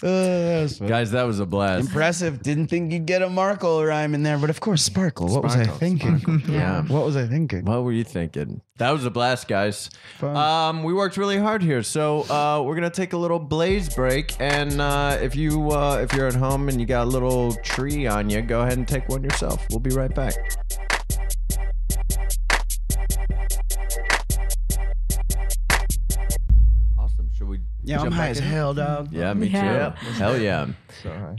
S5: that was fun.
S3: Guys, that was a blast.
S5: Impressive. Didn't think you'd get a Markle rhyme in there, but of course, Sparkle. What was I
S3: Sparkle,
S5: thinking?
S3: Yeah.
S5: What was I thinking?
S3: What were you thinking? That was a blast, guys.
S5: Fun.
S3: Um, we worked really hard here, so uh, we're gonna take a little blaze break. And uh, if you uh, if you're at home and you got a little tree on you, go ahead and take one yourself. We'll be right back. Awesome. Should we?
S5: yeah, I'm
S3: jump
S5: high
S3: back
S5: as
S3: in?
S5: hell, dog.
S3: Yeah, me
S7: Yeah.
S3: too. Hell yeah.
S4: So high.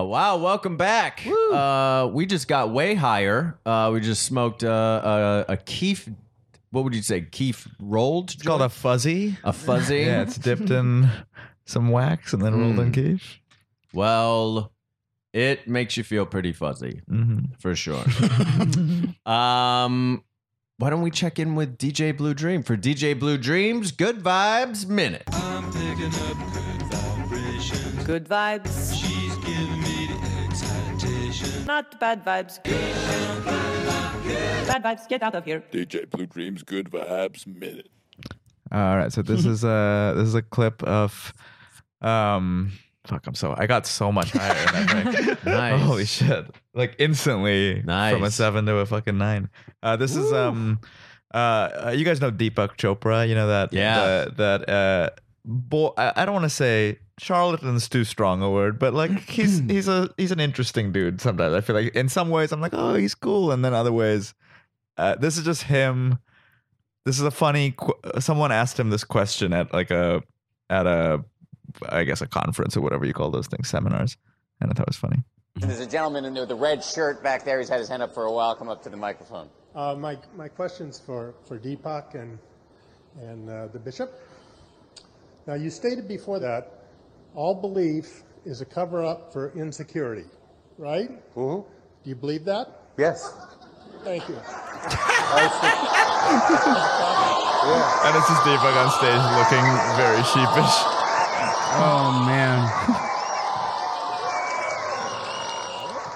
S3: Uh, wow, welcome back. Uh, we just got way higher. Uh, we just smoked uh, a, a Keef, what would you say, Keef rolled?
S4: It's called a
S3: joint?
S4: fuzzy.
S3: a fuzzy.
S4: Yeah, it's dipped in some wax and then rolled in quiche.
S3: well, it makes you feel pretty fuzzy
S4: Mm-hmm.
S3: for sure. um, why don't we check in with DJ Blue Dream for DJ Blue Dream's Good Vibes Minute?
S6: Good vibes. She's giving me the excitation. Not bad vibes. Bad vibes, get out of here.
S11: DJ Blue Dreams Good Vibes Minute.
S4: All right, so this is a this is a clip of, um, fuck, I'm so I got so much higher. in that thing.
S3: Nice.
S4: Holy shit! Like instantly from a
S3: Nice.
S4: seven to a fucking nine. Uh, this is um, uh, you guys know Deepak Chopra. You know that
S3: Yeah.
S4: the- that uh, boy. I, I don't want to say charlatan's too strong a word, but like he's he's a he's an interesting dude. Sometimes I feel like in some ways I'm like oh he's cool, and then other ways, uh, this is just him. This is a funny. Qu- someone asked him this question at like a at a I guess a conference or whatever you call those things seminars, and I thought it was funny.
S12: There's a gentleman in there with a red shirt back there. He's had his hand up for a while. Come up to the microphone.
S13: Uh, my, my question's for, for Deepak and, and uh, the bishop. Now, you stated before that all belief is a cover up for insecurity, right? Mm-hmm. Do you believe that? Yes. Thank you.
S4: And it's just Deepak on stage looking very sheepish.
S5: Oh man.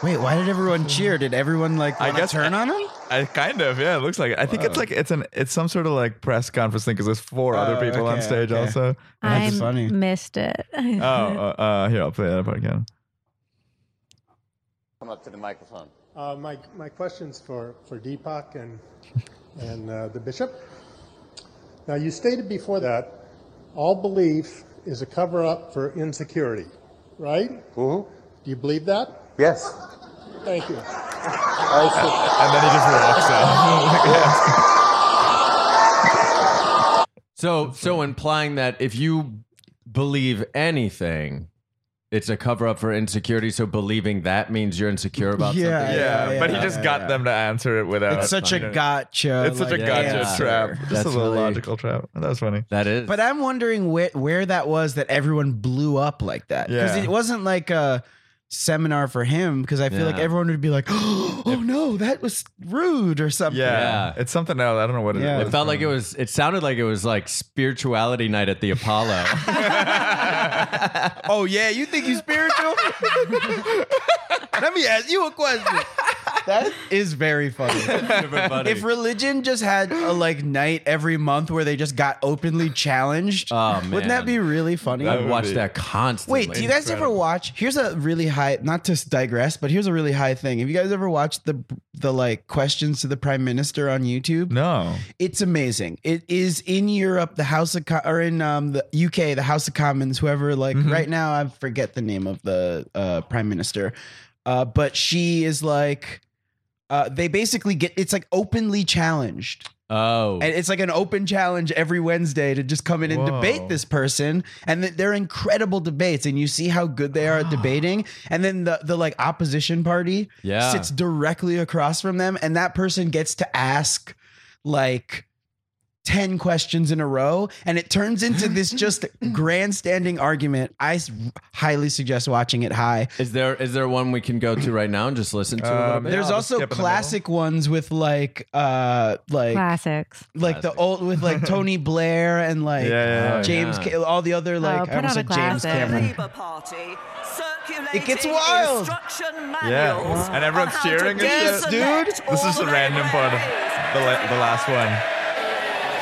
S5: Wait, why did everyone cheer? Did everyone like
S4: I
S5: I
S4: guess-
S5: guess turn on him?
S4: I kind of yeah, it looks like it. I think it's like it's an it's some sort of like press conference thing because there's four other
S5: Oh,
S4: people on
S5: okay,
S4: stage
S5: okay.
S4: also.
S7: I
S5: That's funny.
S7: missed it.
S4: Oh, uh, uh, here I'll play that part again.
S12: Come up to the microphone.
S13: Uh, my, my question's for, for Deepak and, and uh, the bishop. Now, you stated before that all belief is a cover up for insecurity, right? Mm-hmm. Do you believe that? Yes. Thank you.
S4: And then he just walks out.
S3: So, so implying that if you believe anything, it's a cover up for insecurity. So believing that means you're insecure about
S5: Yeah,
S3: something.
S4: yeah,
S5: Yeah,
S4: but he
S5: yeah,
S4: just
S5: yeah,
S4: got
S5: yeah.
S4: them to answer it without.
S5: It's such a gotcha.
S4: It's such a
S5: like,
S4: gotcha
S5: answer.
S4: trap. Just
S3: That's
S4: a little
S3: really-
S4: logical trap. That was funny.
S3: That is.
S5: But I'm wondering where, where that was that everyone blew up like that. Because
S4: Yeah.
S5: it wasn't like a seminar for him, because I feel like
S3: Yeah.
S5: everyone would be like, oh no, that was rude or something.
S4: Yeah,
S3: Yeah.
S4: it's something else. I don't know what it
S5: Yeah.
S4: what
S3: it
S4: it's
S3: felt like
S4: from.
S3: it was. It sounded like it was like spirituality night at the Apollo.
S5: Oh yeah, you think you spiritual? Let me ask you a question. That is very funny.
S3: Everybody.
S5: If religion just had a like night every month where they just got openly challenged,
S3: Oh, man.
S5: wouldn't that be really funny?
S3: I'd watch
S4: be-
S3: that constantly.
S5: Wait, do you guys ever watch? Here's a really high, not to digress, but here's a really high thing. Have you guys ever watched the the like questions to the prime minister on YouTube?
S4: no.
S5: It's amazing. It is in Europe, the House of Co- or in um, the UK, the House of Commons. Whoever, like
S3: Mm-hmm.
S5: right now, I forget the name of the uh, prime minister, uh, but she is like. Uh, they basically get it's like openly challenged
S3: Oh,
S5: and it's like an open challenge every wednesday to just come in and
S4: Whoa.
S5: debate this person and th- they're incredible debates and you see how good they are
S4: Ah.
S5: at debating and then the, the like opposition party
S3: Yeah.
S5: sits directly across from them and that person gets to ask like 10 questions in a row and it turns into this just grandstanding argument i s- highly suggest watching it high
S3: is there is there one we can go to right now and just listen to? a little
S4: Um,
S3: bit?
S5: there's
S4: I'll just skip
S5: also
S4: in the middle.
S5: classic ones with like uh like
S7: Classics.
S5: like the
S3: Classic.
S5: old with like Tony Blair and like
S4: Yeah, yeah, yeah.
S5: James,
S3: Yeah.
S5: Ca- all the other like
S7: Oh, put
S5: I almost
S7: on a
S5: said James
S7: classic.
S5: Cameron.
S6: Labour Party circulating
S5: It gets wild.
S6: instruction
S4: Yeah,
S6: manuals
S4: and everyone's
S6: on how to
S4: cheering and shit.
S6: deselect all
S4: This is
S6: the
S4: the random part of
S6: railways.
S4: the, la- the last one.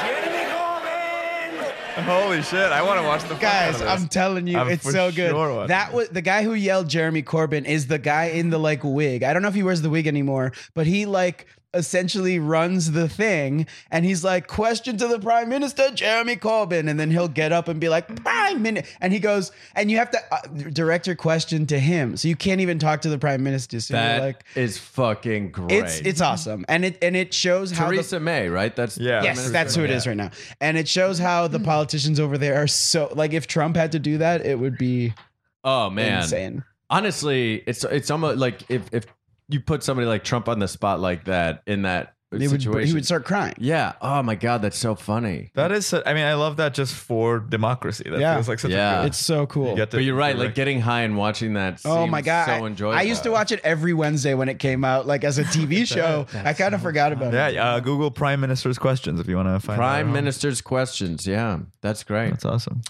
S6: Jeremy Corbyn
S4: Holy shit! I want to watch the fuck out
S5: Guys,
S4: of this.
S5: I'm telling you,
S4: I'm
S5: it's
S4: for
S5: so good.
S4: sure watching
S5: that was the guy who yelled Jeremy Corbyn is the guy in the like wig. I don't know if he wears the wig anymore, but he like essentially runs the thing and he's like, question to the prime minister, Jeremy Corbyn. And then he'll get up and be like, prime minister. And he goes, and you have to uh, direct your question to him. So you can't even talk to the prime minister. So
S3: That
S5: you're
S3: is
S5: like,
S3: fucking great.
S5: it's, it's awesome. And it, and it shows how the-
S3: Theresa May, right? That's yeah.
S5: Yes, that's who it is right now. And it shows how
S3: Hmm.
S5: the politicians over there are so like if Trump had to do that, it would be
S3: Oh man,
S5: Insane.
S3: Honestly, it's it's almost like if if you put somebody like Trump on the spot like that in that
S5: he would,
S3: situation,
S5: he would start crying.
S3: Yeah. Oh my god, that's so funny.
S4: That is, so, I mean, I love that just for democracy. That
S5: Yeah.
S4: feels like such
S3: Yeah.
S4: a good.
S5: It's so cool.
S4: get to
S3: but you're right.
S4: direct-
S3: Like getting high and watching that.
S5: Oh my
S3: seems
S5: god.
S3: so enjoyable.
S5: I used to watch it every Wednesday when it came out, like as a TV show. I kind of forgot about it.
S4: yeah, uh, Google Prime Minister's questions if you want to find out.
S3: Prime Minister's questions. Yeah, that's great.
S4: That's awesome.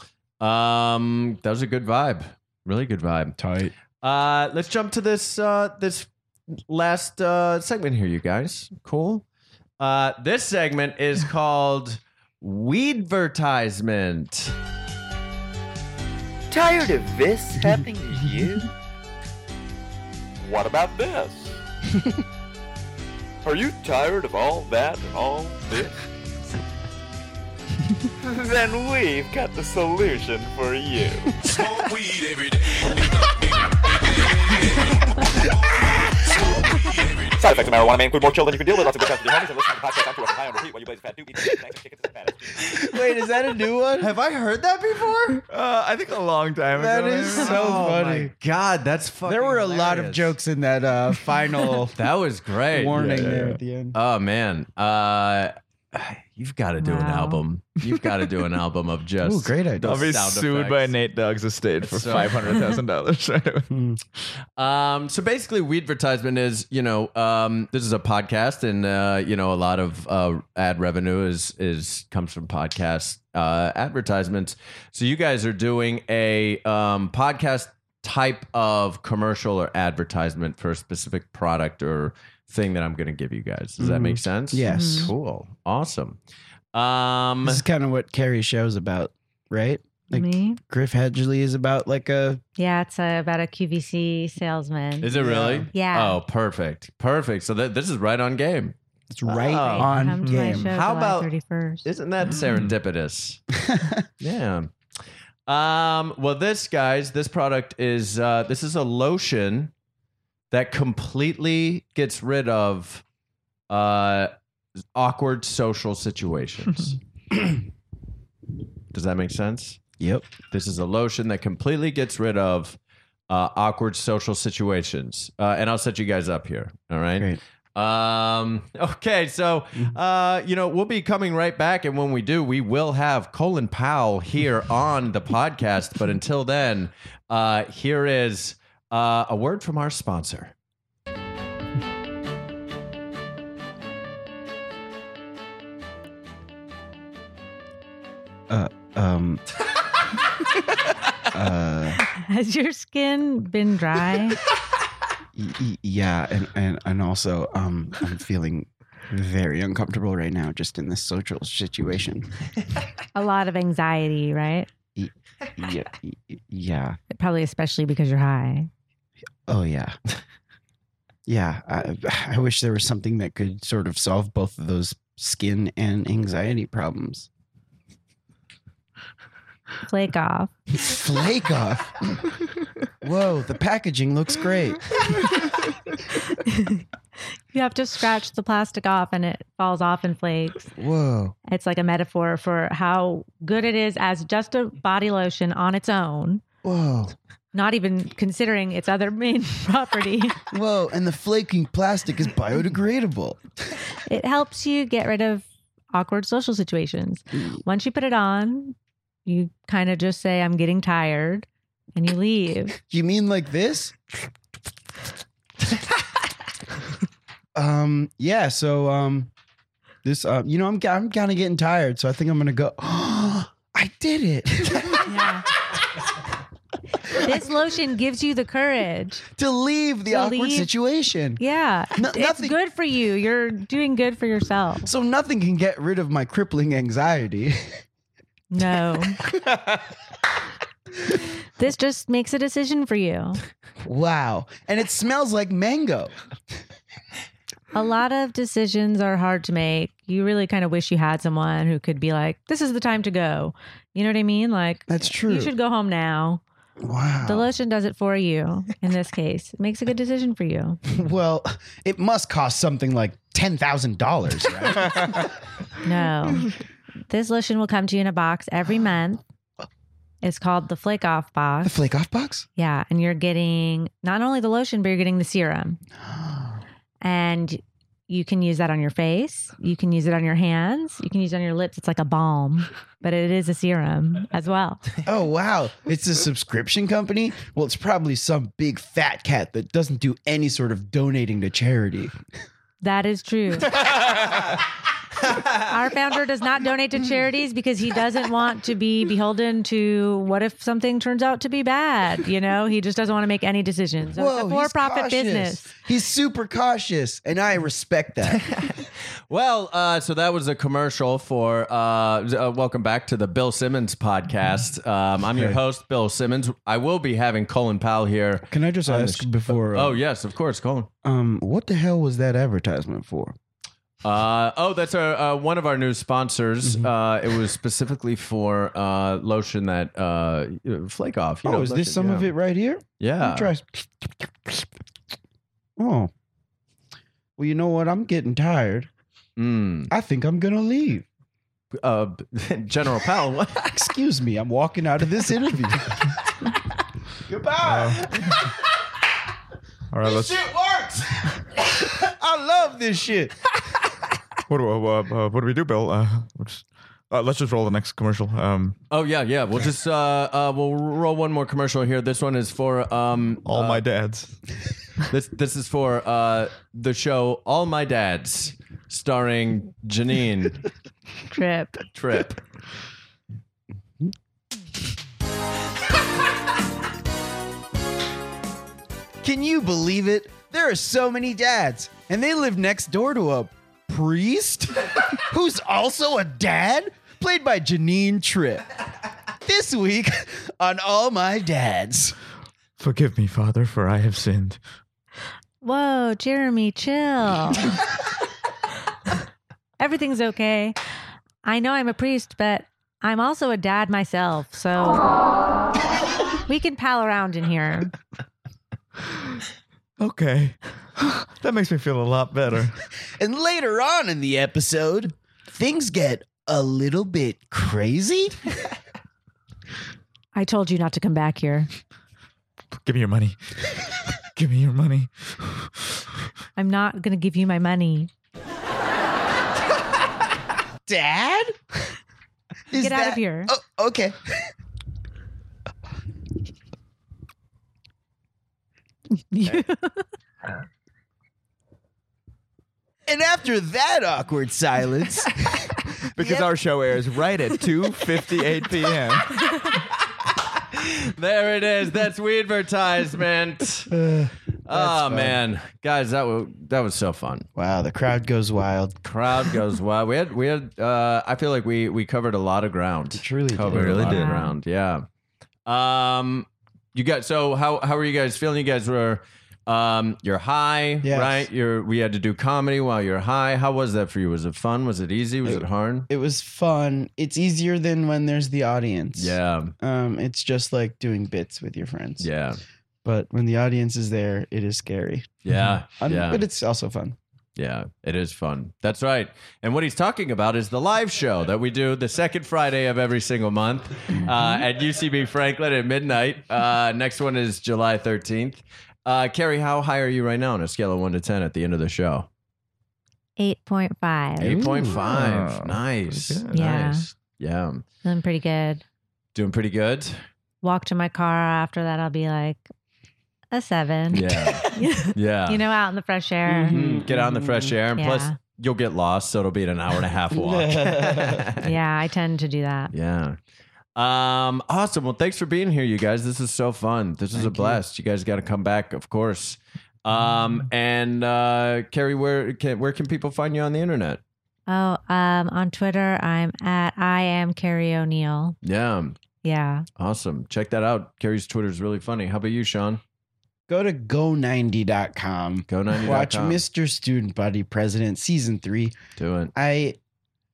S3: Um, that was a good vibe. Really good vibe.
S5: Tight.
S3: Uh, let's jump to this uh, this last uh, segment here, you guys. Cool. Uh, this segment is called Weedvertisement.
S14: Tired of this happening to you?
S11: What about this? Are you tired of all that and all this?
S14: then we've got the solution for you.
S2: Smoke weed every day.
S14: Side effects of marijuana may include more children you can deal with. Lots of good times with your homies and listen to the podcast on to us high on repeat while you blaze a fat doobie.
S5: Wait, is that a new one?
S3: Have I heard that before?
S4: Uh, I think a long time
S5: That
S4: ago.
S5: is
S4: maybe.
S5: so funny.
S3: Oh God, that's fucking.
S5: there were a lot of
S3: hilarious.
S5: jokes in that uh, final
S3: That was great.
S5: warning
S4: Yeah, yeah,
S5: there
S4: yeah.
S5: at the end.
S3: Oh man, uh, you've got to do an album. You've got to do an album of just.
S5: Ooh, great idea.
S4: I'll be
S3: sound
S4: sued by
S3: effects.
S4: Nate Dogg's estate for
S3: So-
S4: five hundred thousand dollars.
S3: Um, so basically, Weedvertisement is you know um, this is a podcast, and uh, you know a lot of uh, ad revenue is is comes from podcast uh, advertisements. So you guys are doing a um, podcast type of commercial or advertisement for a specific product or thing that I'm going to give you guys. Does that
S5: Mhm.
S3: make sense?
S5: Yes. Mhm.
S3: Cool. Awesome. Um,
S5: This is kind of what Carrie's show's about, right? Like
S7: Me?
S5: Griff Hedgley is about like a
S7: Yeah, it's uh about a QVC salesman.
S3: is it really?
S7: Yeah.
S3: Oh, perfect. Perfect. So that this is right on game.
S5: it's right
S3: Oh.
S5: on game.
S3: How about-
S7: thirty first?
S3: Isn't that serendipitous? yeah. Um, well, this guys, this product is uh, this is a lotion that completely gets rid of uh, awkward social situations. Does that make sense?
S5: Yep.
S3: This is a lotion that completely gets rid of uh, awkward social situations. Uh, and I'll set you guys up here. All right. Um, okay. So, uh, you know, we'll be coming right back. And when we do, we will have Colin Powell here on the podcast. But until then, uh, here is uh, a word from our sponsor.
S5: Uh, um. uh.
S7: Has your skin been dry?
S5: Y- y- yeah and, and and also um i'm feeling very uncomfortable right now just in this social situation
S7: a lot of anxiety, right?
S5: yeah y- y- yeah
S7: Probably especially because you're high.
S5: oh yeah yeah I, I wish there was something that could sort of solve both of those skin and anxiety problems
S7: Flake off.
S5: flake off whoa the packaging looks great
S7: You have to scratch the plastic off and it falls off in flakes.
S5: whoa
S7: It's like a metaphor for how good it is as just a body lotion on its own,
S5: whoa
S7: not even considering its other main property.
S5: whoa and the flaking plastic is biodegradable
S7: it helps you get rid of awkward social situations.
S5: Mm.
S7: Once you put it on, you kind of just say, I'm getting tired, and you leave.
S5: You mean like this? um, yeah. So, um, this, uh, you know, I'm I'm kind of getting tired, so I think I'm gonna go. I did it
S7: Yeah. this lotion gives you the courage.
S5: to leave the
S7: To
S5: awkward
S7: leave.
S5: situation.
S7: Yeah.
S5: No-
S7: it's
S5: nothing-
S7: good for you. You're doing good for yourself.
S5: So nothing can get rid of my crippling anxiety.
S7: No. this just makes a decision for you.
S5: Wow. And it smells like mango.
S7: A lot of decisions are hard to make. You really kind of wish you had someone who could be like, this is the time to go. You know what I mean? Like,
S5: that's true. Oh.
S7: You should go home now.
S5: Wow.
S7: The lotion does it for you in this case. It makes a good decision for you.
S5: Well, it must cost something like $10,000, right?
S7: No. this lotion will come to you in a box every month. It's called the Flake Off Box. The
S5: Flake Off Box?
S7: Yeah. And you're getting not only the lotion, but you're getting the serum. and you can use that on your face. You can use it on your hands. You can use it on your lips. It's like a balm, but it is a serum as well.
S5: Oh, wow. It's a subscription company? Well, it's probably some big fat cat that doesn't do any sort of donating to charity.
S7: That is true. Our founder does not donate to charities because he doesn't want to be beholden to what if something turns out to be bad. You know, he just doesn't want to make any decisions. So it's a
S5: he's
S7: for profit
S5: cautious.
S7: business.
S5: He's super cautious, and I respect that.
S3: Well, uh, so that was a commercial for uh, uh, welcome back to the Bill Simmons podcast. Um, I'm your
S5: Hey.
S3: host, Bill Simmons. I will be having Colin Powell here.
S5: Can I just
S3: on the
S5: ask
S3: sh-
S5: before, uh,
S3: oh yes, of course, Colin.
S5: um, what the hell was that advertisement for?
S3: Uh, oh, that's our, uh, one of our new sponsors. Uh, it was specifically for uh, lotion that uh, flake off. you
S5: Oh,
S3: know,
S5: is
S3: lotion,
S5: this some
S3: yeah.
S5: of it right here?
S3: Yeah.
S5: Let me try. Oh. Well, you know what? I'm getting tired.
S3: Mm.
S5: I think I'm going to leave.
S3: Uh, General Powell,
S5: Excuse me. I'm walking out of this interview. Goodbye.
S4: All right, let's.
S5: works. I love this shit.
S10: What do, uh, uh, what do we do, Bill? Uh, let's, uh, let's just roll the next commercial. Um,
S3: Oh yeah, yeah. We'll just uh, uh, we'll roll one more commercial here. This one is for um
S5: Uh,
S3: all my
S10: dads.
S3: This this is for uh the show All My Dads, starring Janine
S7: Trip.
S3: Tripp.
S5: Can you believe it? There are so many dads, and they live next door to a priest who's also a dad, played by Janine Tripp. This week on All My Dads.
S10: Forgive me, Father, for I have sinned.
S7: Whoa, Jeremy, chill. Everything's okay. I know I'm a priest, but I'm also a dad myself, so we can pal around in here.
S10: Okay. that makes me feel a lot better.
S5: And later on in the episode, things get a little bit crazy.
S7: I told you not to come back here.
S10: Give me your money. Give me your money.
S7: I'm not going to give you my money.
S5: Dad? Is
S7: Get out of
S5: that-
S7: here.
S5: Oh, okay. And after that awkward silence,
S4: Because our show airs right at 2:58 p.m.
S3: There it is. That's advertisement. oh
S5: fun.
S3: man, guys, that was that was so fun.
S5: wow, the crowd goes wild.
S3: Crowd goes wild. We had we had. Uh, I feel like we we covered a lot of ground.
S5: Truly,
S3: covered
S5: did.
S3: a lot
S5: Wow.
S3: of ground. Yeah. Um, you got so how how are you guys feeling? You guys were um you're high,
S5: Yes.
S3: right? You're we had to do comedy while you're high. How was that for you? Was it fun? Was it easy? Was it, hard?
S5: It was fun. It's easier than when there's the audience.
S3: Yeah.
S5: Um, it's just like doing bits with your friends.
S3: Yeah.
S5: But when the audience is there, it is scary.
S3: Yeah.
S5: Um,
S3: yeah.
S5: But it's also fun.
S3: Yeah, it is fun. That's right. And what he's talking about is the live show that we do the second Friday of every single month
S7: Mm-hmm.
S3: uh, at UCB Franklin at midnight. Uh, next one is July 13th. Uh, Carrie, how high are you right now on a scale of 1 to 10 at the end of the show?
S7: 8.5.
S3: 8.5. Nice.
S7: pretty good. Yeah.
S3: Nice. Yeah.
S7: Feeling pretty good.
S3: Doing pretty good.
S7: Walk to my car after that, I'll be like a seven.
S3: Yeah. Yeah.
S7: You know, out in the fresh air.
S3: Mhm. Get out in the fresh air. And plus,
S7: Yeah.
S3: you'll get lost. So it'll be an hour and a half walk.
S7: yeah, I tend to do that.
S3: Yeah. Um, awesome. Well, thanks for being here, you guys. This is so fun. This is a blast. You, guys got to come back, of course.
S5: Mm-hmm.
S3: Um, and uh, Carrie, where can where can people find you on the internet?
S7: Oh, um, on Twitter, I'm at I am Carrie O'Neill.
S3: Yeah.
S7: Yeah.
S3: Awesome. Check that out. Carrie's Twitter is really funny. How about you, Sean?
S5: Go to go90.com.
S3: Go90.com.
S5: Watch Mr. Student Body President season three.
S3: Do it.
S5: I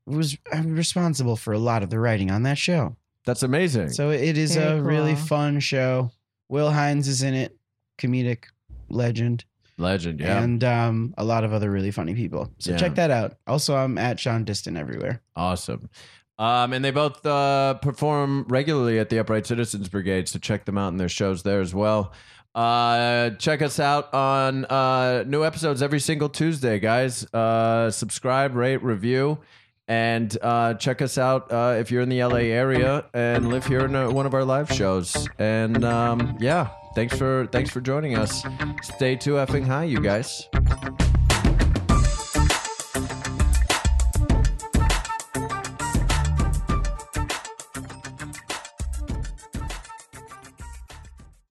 S5: was I'm responsible for a lot of the writing on that show.
S3: That's amazing.
S5: So it is
S3: Very
S5: a really
S3: cool.
S5: fun show. Will Hines is in it, comedic legend.
S3: Legend, yeah.
S5: And um, a lot of other really funny people. So
S3: Yeah.
S5: check that out. Also, I'm at Sean Diston everywhere.
S3: Awesome. Um, and they both uh, perform regularly at the Upright Citizens Brigade, so check them out in their shows there as well. Uh, check us out on uh, new episodes every single Tuesday, guys. Uh, subscribe, rate, review, and uh, check us out uh, if you're in the LA area and live here in uh one of our live shows. And um, yeah, thanks for thanks for joining us. Stay too effing high, you guys.